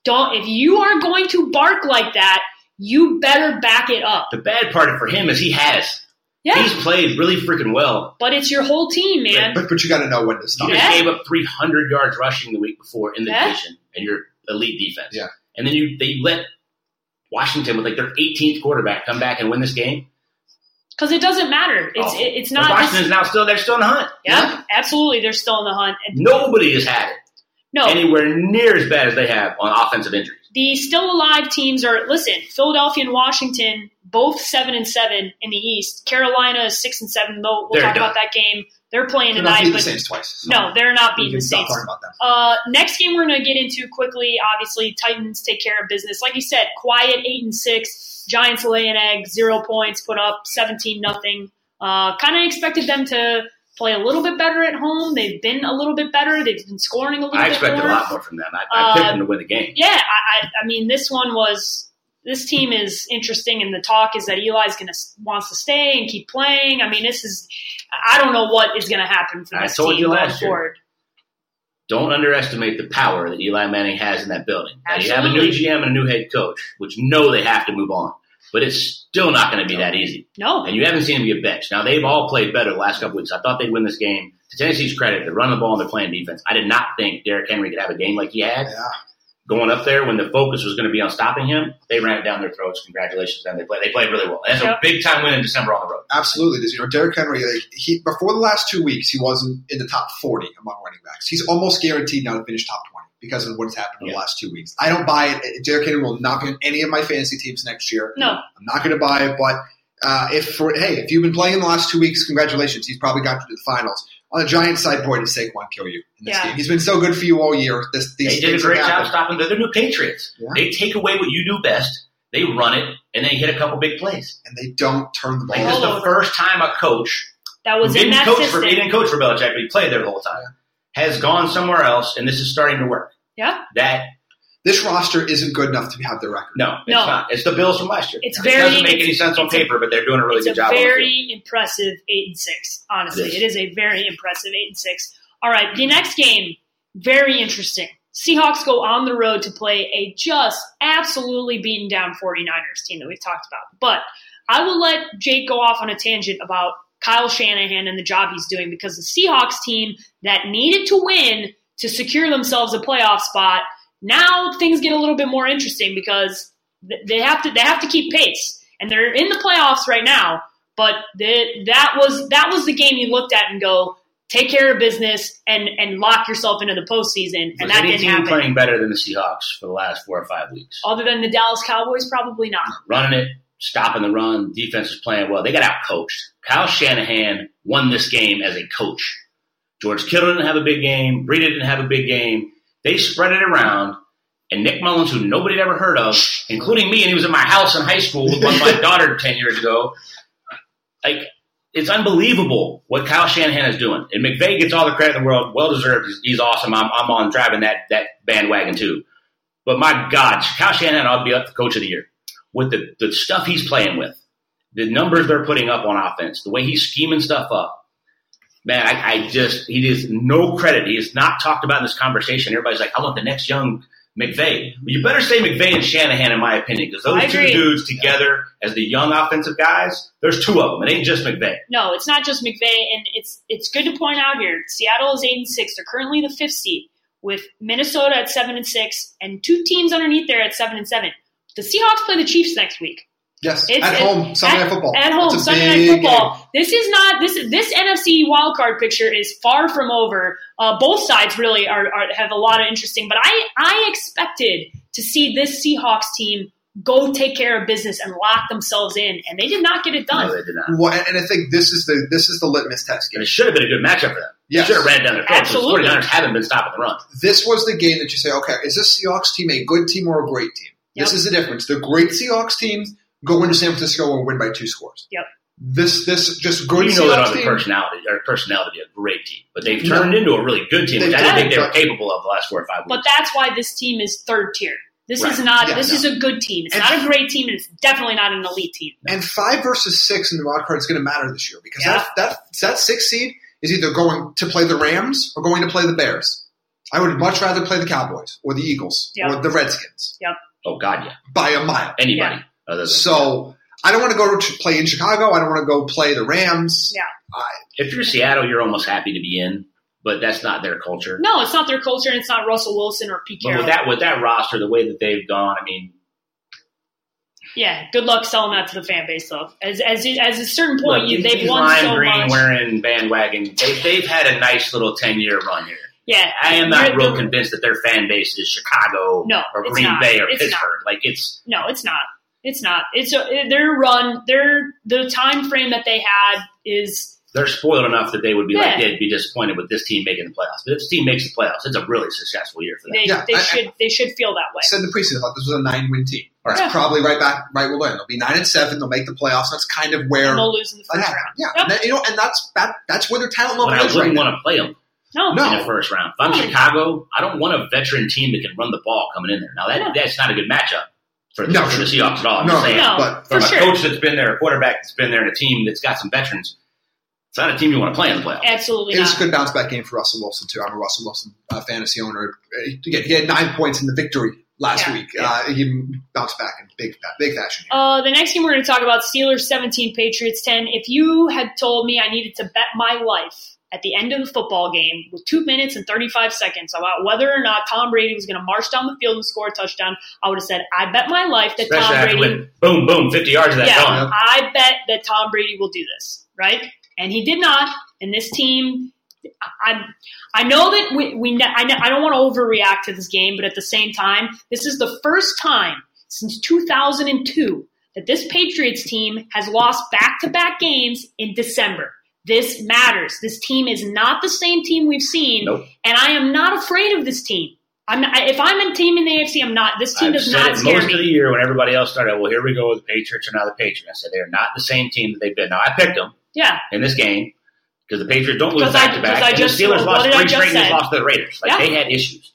Don't if you are going to bark like that, you better back it up.
The bad part for him is he has.
Yeah,
He's played really freaking well.
but it's your whole team, man.
But, but you got to know when to
He
stop.
just
Yeah.
gave up 300 yards rushing the week before in the
Yeah.
division, and your elite defense.
Yeah.
And then you they let Washington with like their 18th quarterback come back and win this game.
Because it doesn't matter. It's
Awful.
it, it's
And
not.
Washington's now still they're still in the hunt.
yeah, absolutely. They're still in the hunt. And
Nobody has had it.
No,
anywhere near as bad as they have on offensive injuries.
the still alive teams are listen philadelphia and washington both seven and seven in the east carolina is six and seven though we'll
They're
talk
done.
about that game they're playing
They're not
tonight
beating the
but
Saints twice. so
no they're not beating
we can
the
stop
saints
talking about them.
uh, next game we're going to get into quickly obviously titans take care of business like you said quiet eight and six giants lay an egg zero points put up 17 nothing uh, kind of expected them to play a little bit better at home they've been a little bit better they've been scoring a little
I
bit
expected
more
a lot more from them. I, I
Uh,
picked them to win the game.
yeah, I, I, I mean, this one was this team is interesting, and the talk is that Eli's going to wants to stay and keep playing. I mean, this is I don't know what is going to happen for
I
this
told
team
you
going
last year.
forward.
Don't underestimate the power that Eli Manning has in that building. Now, you have a new
Absolutely.
GM and a new head coach, which know they have to move on, but it's still not going to be that easy.
No,
And you haven't seen them get benched. Now they've all played better the last couple weeks. I thought they'd win this game. To Tennessee's credit, they're running the ball and they're playing defense. I did not think Derrick Henry could have a game like he had.
Yeah.
Going up there when the focus was going to be on stopping him, they ran it down their throats. Congratulations to them. They played. They played really well. That's
Yep.
a big time win in December on the road.
Absolutely. There's, you know, Derrick Henry, like, he, before the last two weeks, he wasn't in the top 40 among running backs. He's almost guaranteed now to finish top 20 because of what's happened in
Yeah.
the last two weeks. I don't buy it. Derrick Henry will not be in any of my fantasy teams next year.
no,
I'm not going to buy it, but uh, if for, hey, if you've been playing the last two weeks, congratulations. He's probably got you to the finals. On the Giants side, boy, did Saquon kill you in this
Yeah.
game. He's been so good for you all year. This,
They
these
did a
things
great
have
job
happened.
stopping. They're the new Patriots.
Yeah.
They take away what you do best. They run it and then hit a couple big plays.
and they don't turn the ball
Like this is
over.
the first time a coach
that was
who
in
didn't
that
coach
system.
for he didn't coach for Belichick, but he played there the whole time. Has gone somewhere else, and this is starting to work.
Yeah.
That
This roster isn't good enough to have the record.
No, it's
No.
not. It's the Bills from last year.
It's
it
very-
doesn't make any sense on
it's a-
paper, but they're doing a really
it's
good
a
job. on the field.
very impressive eight and six. Honestly,
It is.
it is a very impressive eight and six. All right, the next game, very interesting. Seahawks go on the road to play a just absolutely beaten down 49ers team that we've talked about. But I will let Jake go off on a tangent about Kyle Shanahan and the job he's doing because the Seahawks team that needed to win to secure themselves a playoff spot, now things get a little bit more interesting because th- they have to they have to keep pace and they're in the playoffs right now but the, that was that was the game you looked at and go take care of business and and lock yourself into the postseason and
Was
that
any
didn't
team
happen
playing better than the Seahawks for the last four or five weeks?
other than the Dallas Cowboys probably not
Running it, stopping the run, defense is playing well. They got out coached. Kyle Shanahan won this game as a coach. George Kittle didn't have a big game. Breida didn't have a big game. They spread it around. And Nick Mullins, who nobody had ever heard of, including me, and he was at my house in high school with one of my daughter 10 years ago. Like, it's unbelievable what Kyle Shanahan is doing. And McVay gets all the credit in the world. Well deserved. He's, he's awesome. I'm, I'm on driving that, that bandwagon too. But my God, Kyle Shanahan ought to be up for coach of the year with the, the stuff he's playing with, the numbers they're putting up on offense, the way he's scheming stuff up. Man, I, I just, he is no credit. He is not talked about in this conversation. Everybody's like, I want the next young McVay. Well, you better say McVay and Shanahan, in my opinion, because
I
those two
agree.
dudes together as the young offensive guys, there's two of them. It ain't just McVay.
no it's not just McVay and it's it's good to point out here Seattle is 8 and 6 they're currently the 5th seed with Minnesota at 7 and 6 and two teams underneath there at 7 and 7 the Seahawks play the Chiefs next week
Yes,
It's-
at
it-
home, Sunday
at-
Night Football.
At home,
It's a
Sunday night
big
football.
game.
This is not this this NFC wildcard picture is far from over. Uh, both sides really are, are have a lot of interesting, but I I expected to see this Seahawks team go take care of business and lock themselves in, and they did not get it done.
No, they did not.
Well, and, and I think this is the this is the litmus test
And
game.
it should have been a good matchup for them.
Yes.
Should have ran it down their throats. The
Absolutely.
49ers haven't been stopping the run.
This was the game that you say, okay, is this Seahawks team a good team or a great team? This
Yep.
is the difference. The great Seahawks teams go into San Francisco and win by two scores.
Yep.
This this just good
you know they don't
Seahawks
have the
team.
personality or personnel to be a great team, but they've
No.
turned into a really good team,
They've
which I didn't
done
think
it,
they were
but-
capable of the last four or five
But
weeks.
that's why this team is third tier. This is
Right.
not.
Yeah,
this
no.
is a good team. It's
And-
not a great team, and it's definitely not an elite team.
And five versus six in the wild card is going to matter this year because
Yeah.
that that that six seed is either going to play the Rams or going to play the Bears. I would much rather play the Cowboys or the Eagles
Yep.
or the Redskins
oh God, yeah,
by a mile.
anybody other than
So I don't want to go to play in Chicago. I don't want to go play the Rams.
Yeah.
if you're Seattle, you're almost happy to be in, but that's not their culture.
No, it's not their culture. and It's not Russell Wilson or Pete
But
Carroll.
with that with that roster, the way that they've gone, I mean,
Yeah, good luck selling that to the fan base, though. As as as a certain point,
look,
you,
these
they've won
lime
so
green
much.
wearing bandwagon, they, they've had a nice little ten year run here.
Yeah,
I am not
You're-
real convinced that their fan base is Chicago
No,
or
it's
Green
not.
Bay or
It's
Pittsburgh. Like it's
No, it's not. It's not. It's a, their run. Their the time frame that they had is
they're spoiled enough that they would be like
Yeah.
they'd be disappointed with this team making the playoffs. But if this team makes the playoffs, it's a really successful year for them.
they,
Yeah,
they
I- I-
should they should feel that way.
said in the preseason, I thought this was a nine win team. All right,
Yeah.
probably right back, right where they'll be nine and seven. They'll make the playoffs. That's kind of where
and they'll lose in the
that
first
happened.
round.
Yeah,
Yep.
And that- you know, and that's that, that's where their talent level
But I
is right
wouldn't
now.
want to play them
No,
No.
in the first round. If I'm
No.
Chicago, I don't want a veteran team that can run the ball coming in there. Now that
No.
that's not a good matchup for the,
No,
for the Seahawks at all. I'm
No,
just saying,
no,
but-
from
for
a
sure,
coach that's been there, a quarterback that's been there, and a team that's got some veterans, it's not a team you want to play in the playoffs.
absolutely
It was
not.
a good bounce back game for Russell Wilson too. I'm a Russell Wilson uh, fantasy owner. Uh, Again, he had nine points in the victory last
Yeah.
week. Uh, he bounced back in big big fashion. here.
Uh, the next game we're going to talk about Steelers 17, Patriots 10. If you had told me I needed to bet my life at the end of the football game with two minutes and 35 seconds about whether or not Tom Brady was going to march down the field and score a touchdown, I would have said, I bet my life that
Especially
Tom
after
Brady
when boom, boom, fifty yards of that
yeah,
gone.
I bet that Tom Brady will do this, right? And he did not. And this team, I, I- I know that we, we ne- I, ne- I don't want to overreact to this game, but at the same time, this is the first time since 2002 that this Patriots team has lost back-to-back games in December. This matters. This team is not the same team we've seen,
Nope.
and I am not afraid of this team. I'm not, if I'm a team in the AFC, I'm not. This team
I've
does
said
not
it
scare
most
me.
of the year when everybody else started. Well, here we go. The Patriots are now the Patriots. I said they're not the same team that they've been. Now I picked them
yeah,
in this game because the Patriots don't lose
Because I-
back to
because
back.
I
and The
just-
Steelers
what
lost
did I
three
just
straight and
say?
they lost to the Raiders. Like
Yeah.
they had issues,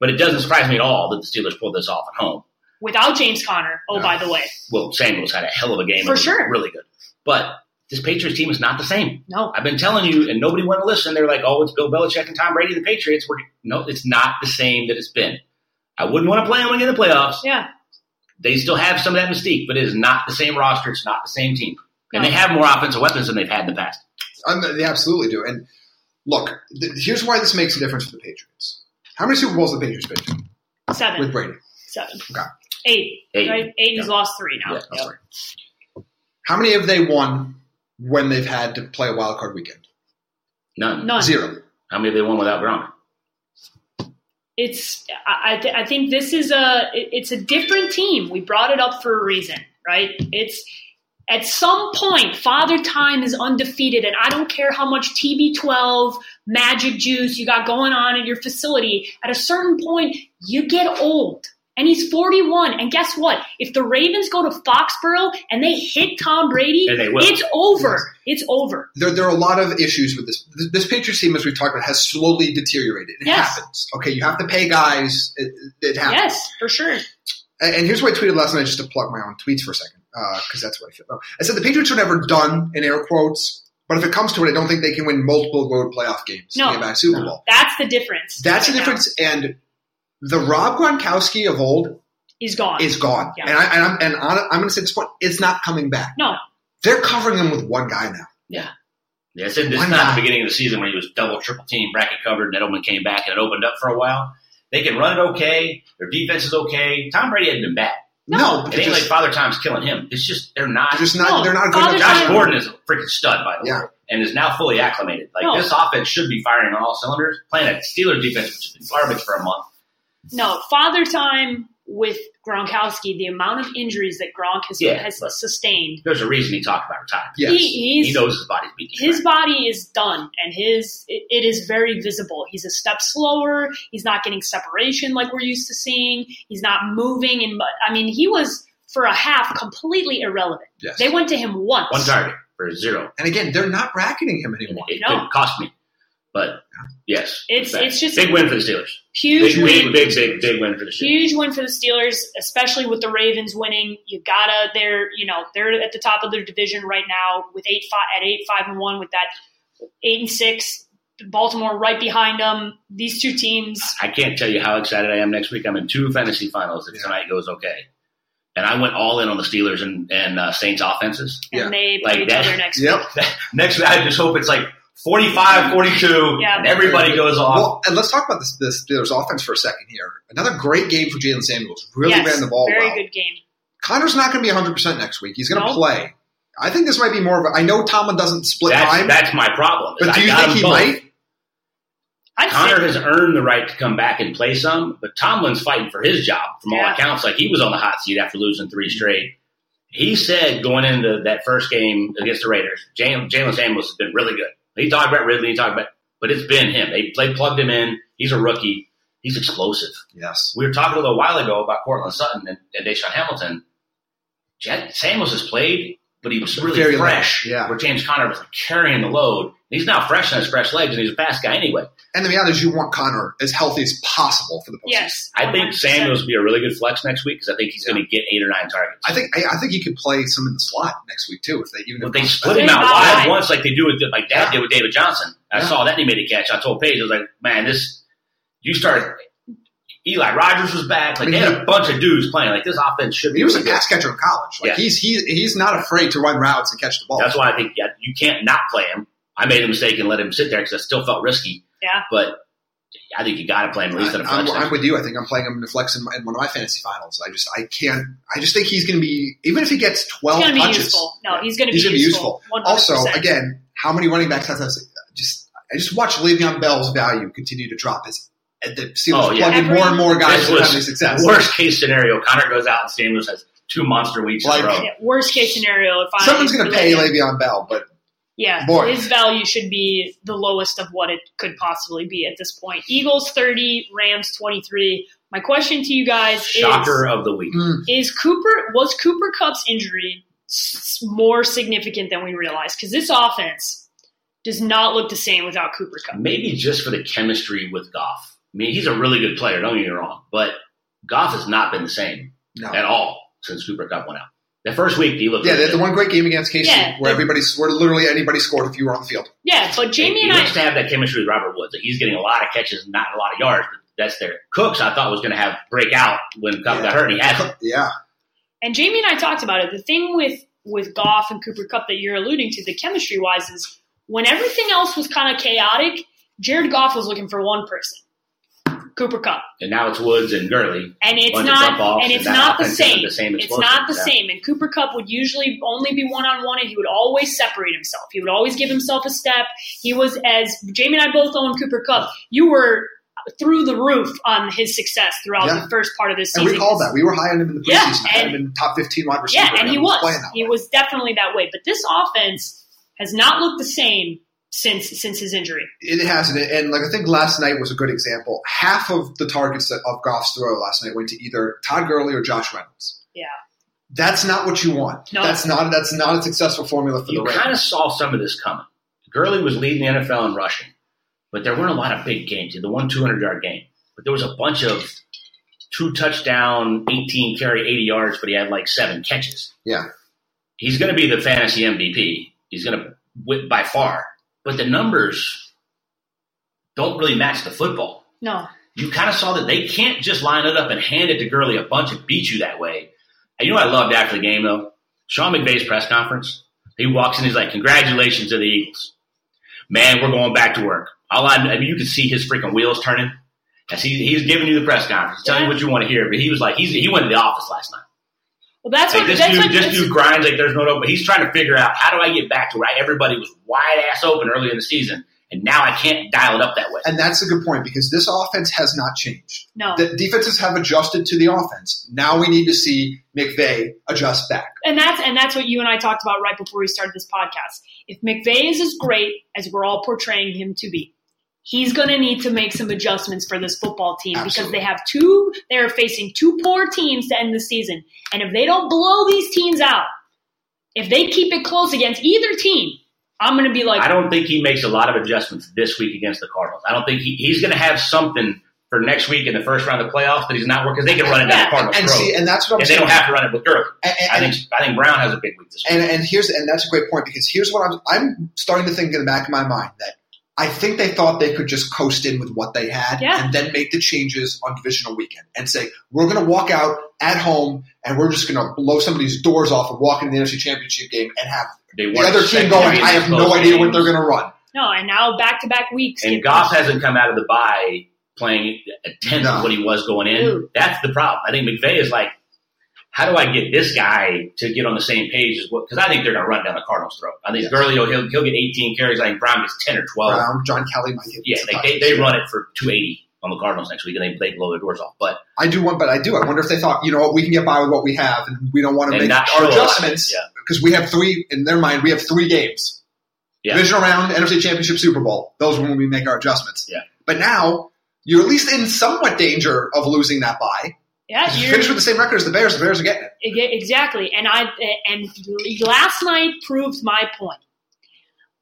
but it doesn't surprise me at all that the Steelers pulled this off at home.
without James Conner. Oh,
No.
by the way,
Well, Samuel's had a hell of a game. and
For
was
sure.
really good. But this Patriots team is not the same.
no,
I've been telling you, and nobody want to listen. They're like, "Oh, it's Bill Belichick and Tom Brady, and the Patriots." We're no, it's not the same that it's been. I wouldn't want to play them when in the playoffs.
yeah,
they still have some of that mystique, but it is not the same roster. It's not the same team. And
No.
they have more offensive weapons than they've had in the past.
Um, they absolutely do. And look, th- here's why this makes a difference for the Patriots. How many Super Bowls have the Patriots been to
seven,
with Brady?
seven,
Okay.
eight,
Eight.
right? Eight. He's
Yeah.
lost three now.
Yeah, that's
Yep.
right.
How many have they won when they've had to play a wild card weekend?
None.
None.
Zero.
How many have they won without Gronk?
It's. I. I, th- I think this is a. it- It's a different team. We brought it up for a reason, right? It's. At some point, Father Time is undefeated, and I don't care how much TB12 magic juice you got going on in your facility. At a certain point, you get old. And he's 41. And guess what? If the Ravens go to Foxborough and they hit Tom Brady,
And they will.
it's over. It's over.
There, there are a lot of issues with this. This, this Patriots team, as we've talked about, has slowly deteriorated. It
Yes.
happens. Okay, you have to pay guys. It, it happens.
Yes, for sure.
And and here's what I tweeted last night, just to plug my own tweets for a second, because that's what I feel. about. I said the Patriots are never done in air quotes, but if it comes to it, I don't think they can win multiple road playoff games
No.
to get back to Super
No.
Bowl.
That's the difference.
That's the
right now.
difference. And the Rob Gronkowski of old
He's gone.
is gone,
Yeah.
and, I, and I'm and on, I'm going to say this point: it's not coming back.
No.
they're covering him with one guy now.
Yeah, it's, it's
Why
not,
not?
the beginning of the season when he was double, triple team, bracket covered, and Edelman came back and it opened up for a while. They can run it okay. Their defense is okay. Tom Brady hadn't been bad.
No, but
It
they're
ain't like
just,
Father Time's killing him. It's just they're not.
they're just not.
No,
they're not a good
Father
enough.
Josh
Time-
Gordon is a freaking stud, by the way,
Yeah.
and is now fully acclimated. Like
No.
this offense should be firing on all cylinders. Playing a Steelers defense, which has been garbage for a month.
no, father time with Gronkowski, the amount of injuries that Gronk has,
Yeah,
has
but-
sustained,
There's a reason he talked about retirement.
Yes.
he, he's,
he knows his body's beating. him.
his body is done and his it, it is very visible he's a step slower he's not getting separation like we're used to seeing he's not moving and i mean he was for a half completely irrelevant
Yes.
they went to him once
One target for zero.
and again, they're not racketing him
It,
anymore.
it
No.
could cost me, but yes,
It's-
back.
it's just-
big win for the Steelers.
huge
Big, big,
win
big, big, big win for the Steelers.
huge win for the Steelers, especially with the Ravens winning. You gotta they're you know they're at the top of their division right now with eight five at eight five and one with that eight and six. Baltimore right behind them. These two teams.
I can't tell you how excited I am next week. I'm in two fantasy finals if
Yeah.
tonight goes okay, and I went all in on the Steelers and, and uh, Saints offenses.
And
Yeah.
they
Like
play each
that.
other next
Yep.
week.
Next, I just hope it's like 45, 42,
Yeah.
and everybody goes off.
Well, and let's talk about this, this Steelers offense for a second here. Another great game for Jalen Samuels. Really
Yes,
ran the ball
Very
well.
good game.
Connor's not going to be 100 percent next week. He's going to
No.
play. I think this might be more of. a I know Tomlin doesn't split
that's
time,
that's my problem. is
but do
I
you
got
think
them
he
both.
might?
I'd
Connor
say-
has earned the right to come back and play some, but Tomlin's fighting for his job from all
Yeah.
accounts. Like he was on the hot seat after losing three straight. He said going into that first game against the Raiders, Jam- Jalen Samuels has been really good. He talked about Ridley, he talked about, but it's been him. They, they plugged him in. He's a rookie. He's explosive.
Yes.
We were talking a little while ago about Cortland Sutton and, and Deshaun Hamilton. Jan- Samuels has played, but he was really
Very
fresh.
light, yeah.
Where James Conner was like carrying the load. He's now fresh on his fresh legs, and he's a fast guy anyway.
And the reality is, you want Connor as healthy as possible for the postseason.
yes.
I think
100%.
Samuels will be a really good flex next week because I think he's going to get eight or nine targets.
I think I, I think you could play some in the slot next week too if they even
But
if
they split
They
him out
buy.
wide once, like they do with like Dad did with David Johnson. I
Yeah.
saw that and he made a catch. I told Paige, I was like, man, this you started. Eli Rogers was back. Like
I mean,
they had a bunch of dudes playing. Like this offense should be.
he was a
really good.
pass catcher in college. Like
Yeah.
he's he, he's not afraid to run routes and catch the ball.
That's why I think yeah, you can't not play him. I made a mistake and let him sit there because I still felt risky.
Yeah.
But I think you got to play him at least in a
I,
flex.
am
next
I'm with you. I think I'm playing him in the flex in, my, in one of my fantasy finals. I just I can't. I just think he's going to be even if he gets
He's
12
going to be
touches.
useful. No, he's going to be
He's gonna be
useful. 100%.
Also, again, how many running backs have this? Just I just watch Le'Veon Bell's value continue to drop as as the Steelers
Oh, yeah.
plug in more and more guys
This
who are having
was
success.
worst case scenario. Connor goes out and Samuels has two monster weeks in
Like-
a row.
Yeah, worst case scenario, if I
Someone's going to pay
like,
Le'Veon Bell, but
yeah,
more.
his value should be the lowest of what it could possibly be at this point. Eagles thirty, Rams twenty three. My question to you guys
Shocker of the week.
mm,
is: Is Cooper was Cooper Cup's injury s- more significant than we realized? Because this offense does not look the same without Cooper Cup.
Maybe just for the chemistry with Goff. I mean, he's a really good player. Don't get me wrong, but Goff has not been the same
no.
at all since Cooper Cup went out. The first week he looked
Yeah, they
really
had the
good.
one great game against KC
Yeah,
where
they-
everybody, where literally anybody scored if you were on the field.
Yeah, but Jamie
he
and I
looks to have that chemistry with Robert Woods. Like, he's getting a lot of catches, not a lot of yards. But that's there. Cooks, I thought was going to have break out when Cup
Yeah.
got hurt. And he hasn't.
Yeah,
And Jamie and I talked about it. The thing with with Goff and Cooper Cup that you're alluding to, the chemistry wise, is when everything else was kind of chaotic, Jared Goff was looking for one person, Cooper Cup,
And now it's Woods and Gurley.
and it's
Bunch of
not
dump-offs,
and
and
it's
that
not the
offense isn't
same.
the same
it's
explosive,
not the
yeah.
same. And Cooper Cup would usually only be one on one, and he would always separate himself. He would always give himself a step. He was as Jamie and I both own Cooper Cup. You were through the roof on his success throughout
Yeah.
the first part of this
and
season.
we called that. We were high on him in the preseason.
Yeah,
Had
and-
him in top fifteen wide receiver.
Yeah, and he
He
was.
playing that
He
way.
was definitely that way. But this offense has not looked the same since since his injury.
It hasn't, and like I think last night was a good example. Half of the targets that of Goff's throw last night went to either Todd Gurley or Josh Reynolds.
Yeah.
That's not what you want.
No.
That's not that's not a successful formula for
You
the
kind
Rams.
of saw some of this coming. Gurley was leading the NFL in rushing, but there weren't a lot of big games. He had the one 200 yard game, but there was a bunch of two touchdown, 18 carry, 80 yards, but he had like seven catches.
Yeah.
He's going to be the fantasy MVP. He's going to win by far, but the numbers don't really match the football.
No,
you kind of saw that they can't just line it up and hand it to Gurley a bunch and beat you that way. And you know what I loved after the game though? Sean McVay's press conference. He walks in, he's like, "Congratulations to the Eagles, man. We're going back to work." All I, I mean, you could see his freaking wheels turning as he, he's giving you the press conference, telling you what you want to hear. But he was like, he's, he went to the office last night.
well, that's
Like
what
this
that's
dude,
what
this
that's-
dude grinds like there's no no. But he's trying to figure out how do I get back to where I- everybody was wide ass open early in the season, and now I can't dial it up that way.
And that's a good point because this offense has not changed.
no.
The defenses have adjusted to the offense. Now we need to see McVay adjust back.
and that's and that's what you and I talked about right before we started this podcast. If McVay is as great as we're all portraying him to be, he's going to need to make some adjustments for this football team because
Absolutely.
they have two. They are facing two poor teams to end the season, and if they don't blow these teams out, if they keep it close against either team, I'm going to be like,
I don't think he makes a lot of adjustments this week against the Cardinals. I don't think he, he's going to have something for next week in the first round of the playoffs that he's not because they can run it down the Cardinals'
And
throat.
see, and that's what I'm
and they
saying.
don't have to run it with Gurley.
And- and-
I think I think Brown has a big week this week.
and and here's and that's a great point because here's what I'm I'm starting to think in the back of my mind that I think they thought they could just coast in with what they had
Yeah.
and then make the changes on divisional weekend and say we're going to walk out at home and we're just going to blow somebody's doors off and walk into the NFC Championship game and have
They
the
weren't
other team
expecting
going.
to be in
I have
close
no idea what
games.
they're going to run.
no. And now back to back weeks,
And Goff hasn't come out of the bye playing a tenth
No.
of what he was going in.
Dude.
That's the problem. I think McVay is like how do I get this guy to get on the same page as what? Because I think they're going to run down the Cardinals' throat. I think
Yes.
Gurley, will- he'll, he'll get 18 carries. I think Brown gets 10 or 12.
Brown, John Kelly might get.
Uh, Yeah,
some
they, they,
touches.
they run it for 280 on the Cardinals next week, and they, they blow their doors off. But
I do want, but I do. I wonder if they thought, you know what, we can get by with what we have, and we don't want to
And
make
not
our
show us.
adjustments
Yeah.
because we have three. In their mind, we have three games:
Yeah.
divisional round, NFC Championship, Super Bowl. Those are when we make our adjustments.
Yeah.
But now you're at least in somewhat danger of losing that bye.
Yeah,
If you
you're,
finish with the same record as the Bears, the Bears are getting it.
Ex- Exactly, and I and last night proved my point.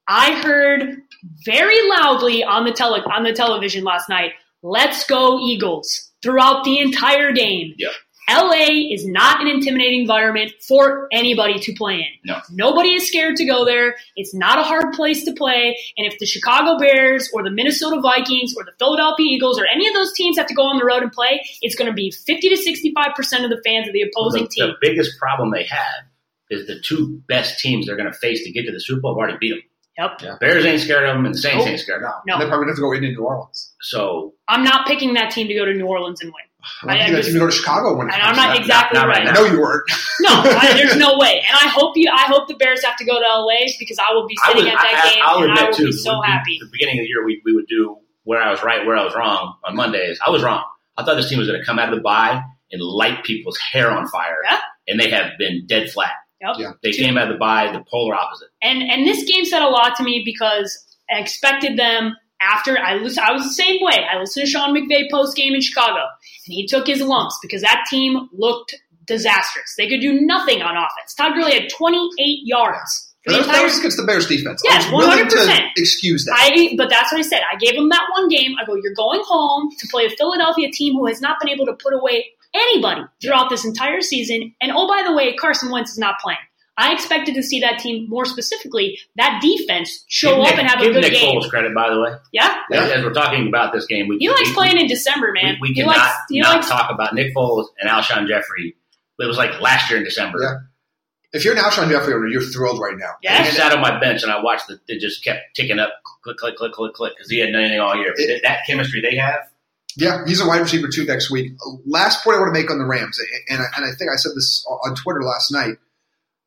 I heard very loudly on the tele on the television last night, "Let's go Eagles!" throughout the entire game.
Yeah.
LA is not an intimidating environment for anybody to play in.
No.
Nobody is scared to go there. It's not a hard place to play. And if the Chicago Bears or the Minnesota Vikings or the Philadelphia Eagles or any of those teams have to go on the road and play, it's going to be 50 to 65% of the fans of the opposing
the,
team.
the biggest problem they have is the two best teams they're going to face to get to the Super Bowl have already beat them.
Yep.
Yeah.
Bears ain't scared of them, and the Saints
Nope.
ain't scared of them.
No,
No.
they're probably going to have to go into New Orleans.
So
I'm not picking that team to go to New Orleans and win.
I
I-
don't
I
think that
just-
team to go to Chicago when it
And I'm
comes
not
to that.
exactly
not right
right.
now.
I know you weren't.
No, I, there's no way. And I hope you. I hope the Bears have to go to LA because I will be sitting at that game
I'll
and I will be
when
so
we-
happy.
At the beginning of the year, we, we would do where I was right, where I was wrong on Mondays. I was wrong. I thought this team was going to come out of the bye and light people's hair on fire.
Yeah.
And they have been dead flat.
Yep.
Yeah.
They came out of the bye the polar opposite.
and and this game said a lot to me because I expected them after I was I was the same way. I listened to Sean McVay post game in Chicago, and he took his lumps because that team looked disastrous. They could do nothing on offense. Todd Gurley had 28 yards. for the
That was,
entire-
that was against the Bears defense.
Yes,
I'm willing to
100%.
excuse that.
I, but that's what I said. I gave him that one game. I go, you're going home to play a Philadelphia team who has not been able to put away anybody throughout this entire season. And oh, by the way, Carson Wentz is not playing. I expected to see that team more specifically that defense show
Give
up
Nick,
and have a
give
good
Nick
game.
Foles credit, by the way.
Yeah,
Yeah.
As, as we're talking about this game, we
he likes
we-
playing in December,
We,
man.
we
he
cannot
likes. He
not
likes.
talk about Nick Foles and Alshon Jeffrey. It was like last year in December.
Yeah. If you're now Sean Jeffrey owner, you're thrilled right now.
I
Yeah,
sat on my bench and I watched the. It just kept ticking up, click, click, click, click, click, because he hadn't done anything all year.
It-
that chemistry they have,
Yeah, he's a wide receiver too next week. Last point I want to make on the Rams, and I, and I think I said this on Twitter last night.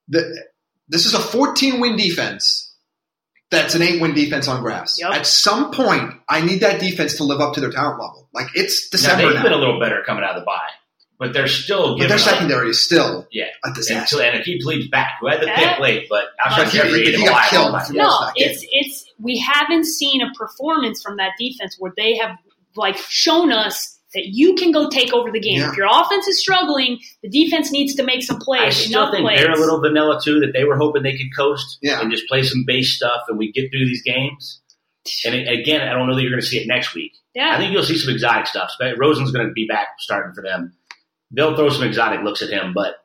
That this is a 14 win defense. That's an eight win defense on grass.
Yep.
At some point, I need that defense to live up to their talent level. Like it's
now,
December
they've
now,
been a little better coming out of the bye, but they're still
but
giving
their
up.
secondary is still
Yeah.
a
And,
disaster.
so, and if he pleads back, who had the
Yeah.
pick late, but
But
Alshon
he-
Jeffrey
he-
ate him
he got
alive
killed.
all night.
Yeah, it's
no,
not
it's it's we haven't seen a performance from that defense where they have like shown us that you can go take over the game.
Yeah.
If your offense is struggling, the defense needs to make some plays.
I still
enough
think
plays.
they're a little vanilla too. That they were hoping they could coast
Yeah.
and just play some base stuff, and we get through these games. And it- again, I don't know that you're going to see it next week.
yeah.
I think you'll see some exotic stuff. Spe- Rosen's going to be back starting for them. They'll throw some exotic looks at him, but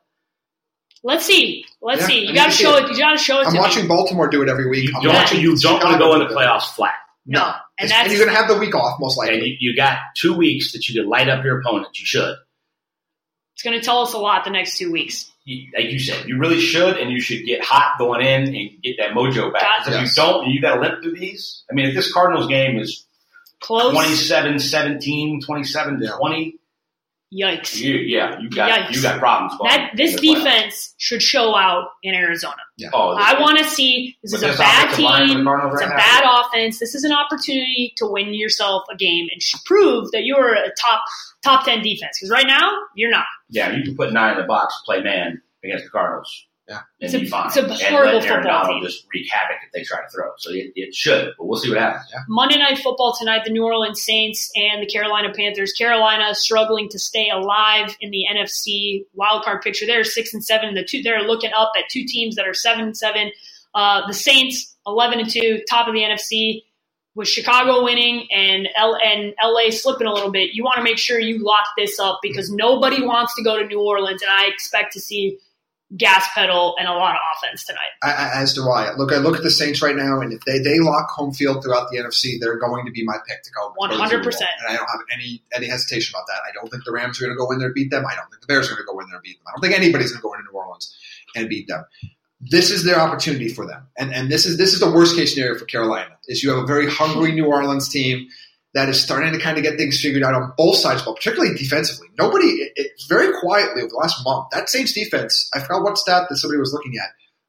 Let's see. Let's
Yeah,
see.
I
You
mean,
got to
you
show
see
it. You got to show it.
I'm
to
watching
Me.
Baltimore do it every week.
you
I'm
don't,
watching
you don't want to
Chicago
go in
do
the
it.
playoffs flat.
No,
No,
and
and,
that's
you're going to have the week off most likely.
And you, you got two weeks that you can light up your opponent. You should.
it's going to tell us a lot the next two weeks.
you, like you said, you really should, and you should get hot going in and get that mojo back. 'Cause if
Yes.
you don't, and you got to limp through these. I mean, if this Cardinals game is
Close.
27 17, 27
Yeah.
20,
Yikes.
you, yeah, you got
Yikes.
you got problems. going
That this
in the playoffs.
defense should show out in Arizona.
Oh,
I want to see. This
but
is a
this
bad
offensive line for the
team.
Cardinals
It's a
right now.
bad offense. This is an opportunity to win yourself a game and sh- prove that you are a top top ten defense. Because right now you're not.
yeah, you can put nine in the box, play man against the Cardinals.
Yeah.
and
It's a-
be fine.
it's a
And let
horrible
Aaron
football
Donald
team.
Just wreak havoc if they try to throw. So it, it should, but we'll see what happens.
Monday Night Football tonight, the New Orleans Saints and the Carolina Panthers. Carolina struggling to stay alive in the NFC wildcard picture. They're six and seven. The two they're looking up at two teams that are seven and seven. Uh, the Saints eleven and two, top of the NFC. With Chicago winning and L- and LA slipping a little bit, you want to make sure you lock this up because nobody wants to go to New Orleans, and I expect to see gas pedal and a lot of offense tonight.
I- I- as do I. Look, I look at the Saints right now, and if they, they lock home field throughout the NFC, they're going to be my pick to go.
One
to the
hundred
Super
percent.
Bowl. And I don't have any any hesitation about that. I don't think the Rams are going to go in there and beat them. I don't think the Bears are going to go in there and beat them. I don't think anybody's going to go into New Orleans and beat them. This is their opportunity for them, and and this is this is the worst case scenario for Carolina. Is you have a very hungry New Orleans team that is starting to kind of get things figured out on both sides, but particularly defensively. Nobody, it, it- very quietly over the last month, that Saints defense, I forgot what stat that somebody was looking at,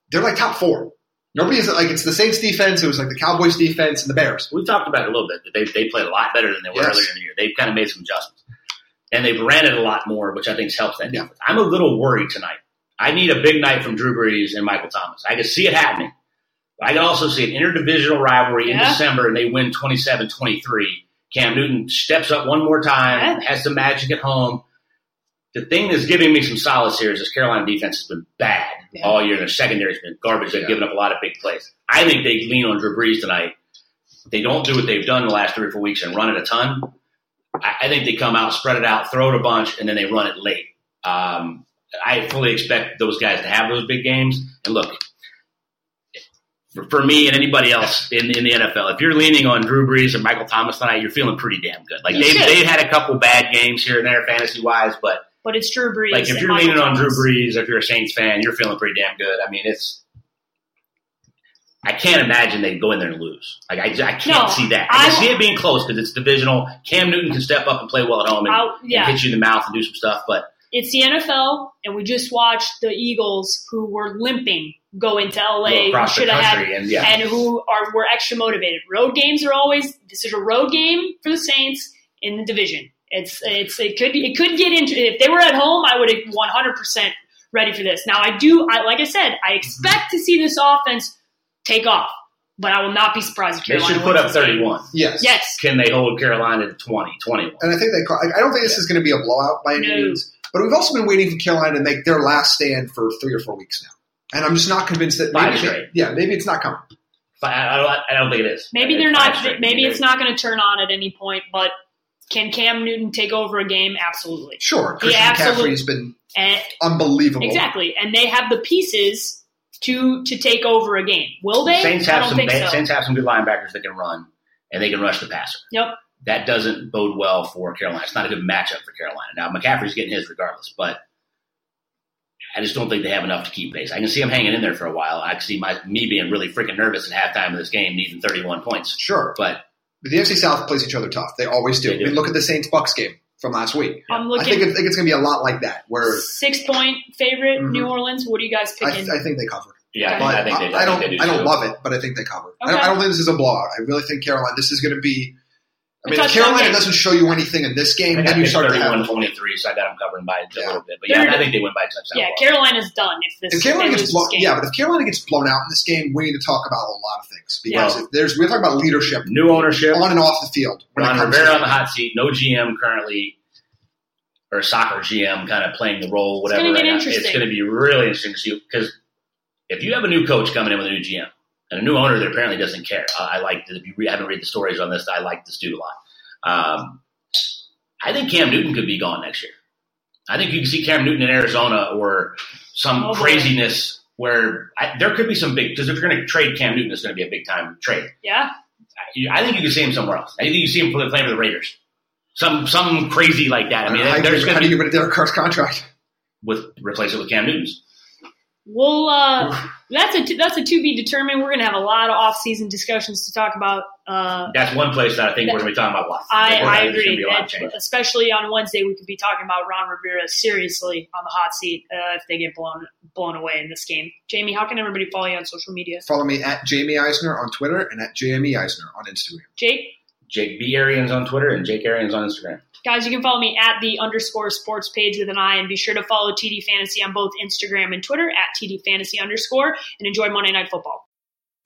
they're like top four. Nobody is like, it's the Saints defense, it was like the Cowboys defense and the Bears.
We talked about it a little bit that they they played a lot better than they were
Yes.
earlier in the year. They've kind of made some adjustments, and they've ran it a lot more, which I think helps that
Yeah.
defense. I'm a little worried tonight. I need a big night from Drew Brees and Michael Thomas. I can see it happening. I can also see an interdivisional rivalry in
Yeah.
December, and they win 27-23. Cam Newton steps up one more time, has some magic at home. The thing that's giving me some solace here is this Carolina defense has been bad
Yeah.
all year. Their secondary's been garbage. They've
Yeah.
given up a lot of big plays. I think they lean on Drew Brees tonight they don't do what they've done the last three or four weeks and run it a ton, I, I think they come out, spread it out, throw it a bunch, and then they run it late. Um, I fully expect those guys to have those big games. And look, for, for me and anybody else in, in the NFL, if you're leaning on Drew Brees and Michael Thomas tonight, you're feeling pretty damn good. Like
You
they've,
should.
they've had a couple bad games here and there, fantasy wise, but
But it's Drew Brees.
like if
and
you're
Michael
leaning on Drew
Thomas.
Brees, if you're a Saints fan, you're feeling pretty damn good. I mean, it's. I can't imagine they go in there and lose. Like I, I
No,
can't see that. I,
I-
can see it being close because it's divisional. Cam Newton can step up and play well at home and,
I'll- Oh, yeah.
and hit you in the mouth and do some stuff. But
it's the NFL, and we just watched the Eagles, who were limping, go into
go
LA, who
across the
should have had,
country and yeah,
and who are were extra motivated. Road games are always this is a road game for the Saints in the division. It's it's it could it could get into if they were at home, I would have one hundred percent ready for this. Now I do, I like I said, I expect to see this offense take off, but I will not be surprised if
they
Carolina
should put
wins
up
this game.
31.
Yes.
Yes,
Can they hold Carolina to 20, 21?
And I think they, call, like, I don't think this is going to be a blowout by any
No.
means, but we've also been waiting for Carolina to make their last stand for three or four weeks now. And I'm just not convinced that
Five
maybe,
straight.
yeah, maybe it's not coming.
But I, I, don't- I don't think it is.
maybe
It's
they're
five
not.
straight.
Maybe
They're-
it's not going to turn on at any point, but. Can Cam Newton take over a game? Absolutely.
Sure,
He
Christian
absolutely-
McCaffrey's been
And
unbelievable.
Exactly, and they have the pieces to to take over a game. Will they?
Saints
I
have
don't
some.
think
they-
so.
Saints have some good linebackers that can run and they can rush the passer.
Yep.
that doesn't bode well for Carolina. It's not a good matchup for Carolina. Now McCaffrey's getting his regardless, but I just don't think they have enough to keep pace. I can see them hanging in there for a while. I can see my me being really freaking nervous at halftime of this game, needing 31 points.
Sure,
But
but the NFC South plays each other tough. They always do.
They do.
I mean, look at the Saints Bucks game from last week.
I'm
I think,
looking
it, think it's going to be a lot like that, where
six point favorite
Mhm.
New Orleans. What are you guys
I,
picking?
I think they cover.
yeah,
But
I, think, I think they. I,
don't.
think they do
I don't
too.
love it, but I think they cover. I, don't,
Okay.
I don't think this is a blowout. I really think Carolina. This is going to be. I
A
mean, if
touchdown
Carolina
game.
doesn't show you anything in this
I
game,
got
then you start to have.
31 23, so I got them covering by a
Yeah.
little bit. But yeah,
They're-
I think they win by a touchdown.
yeah, Carolina's done. If this
If Carolina
they
gets
lose
blown,
this game.
yeah, but if Carolina gets blown out in this game, we need to talk about a lot of things because
Yeah.
if there's we're talking about leadership
New ownership.
on and off the field. When it
Ron
comes
Rivera on
to,
the hot seat. No GM currently, or soccer GM, kind of playing the role. Whatever.
gonna get
right now.
interesting.
It's going to be really interesting to see because if you have a new coach coming in with a new GM and a new owner that apparently doesn't care, I, I like. If you re- haven't read the stories on this, I like this dude a lot. Um, I think Cam Newton could be gone next year. I think you can see Cam Newton in Arizona or some
Oh, boy.
craziness where I, there could be some big because if you're going to trade Cam Newton, it's going to be a big time trade.
yeah,
You- I think you can see him somewhere else. I think you can see him play- playing for the Raiders. Some some crazy like that. I mean,
I
there's going
agree,
to
how do
be
you get rid of Derek Carr's contract?
with replace it with Cam Newton's.
we'll. Uh, that's a that's a to be determined. We're gonna have a lot of off season discussions to talk about. Uh,
That's one place that I think we're going to be talking about a lot.
I, I
Like, we're not- there's gonna
agree.
be a lot of
And
change.
especially on Wednesday, we could be talking about Ron Rivera seriously on the hot seat uh, if they get blown blown away in this game. Jamie, how can everybody follow you on social media?
Follow me at Jamie Eisner on Twitter and at JME Eisner on Instagram.
Jake.
Jake B Arians on Twitter and Jake Arians on Instagram.
Guys, you can follow me at the underscore sports page with an I, and be sure to follow TD Fantasy on both Instagram and Twitter at TD Fantasy underscore, and enjoy Monday Night Football.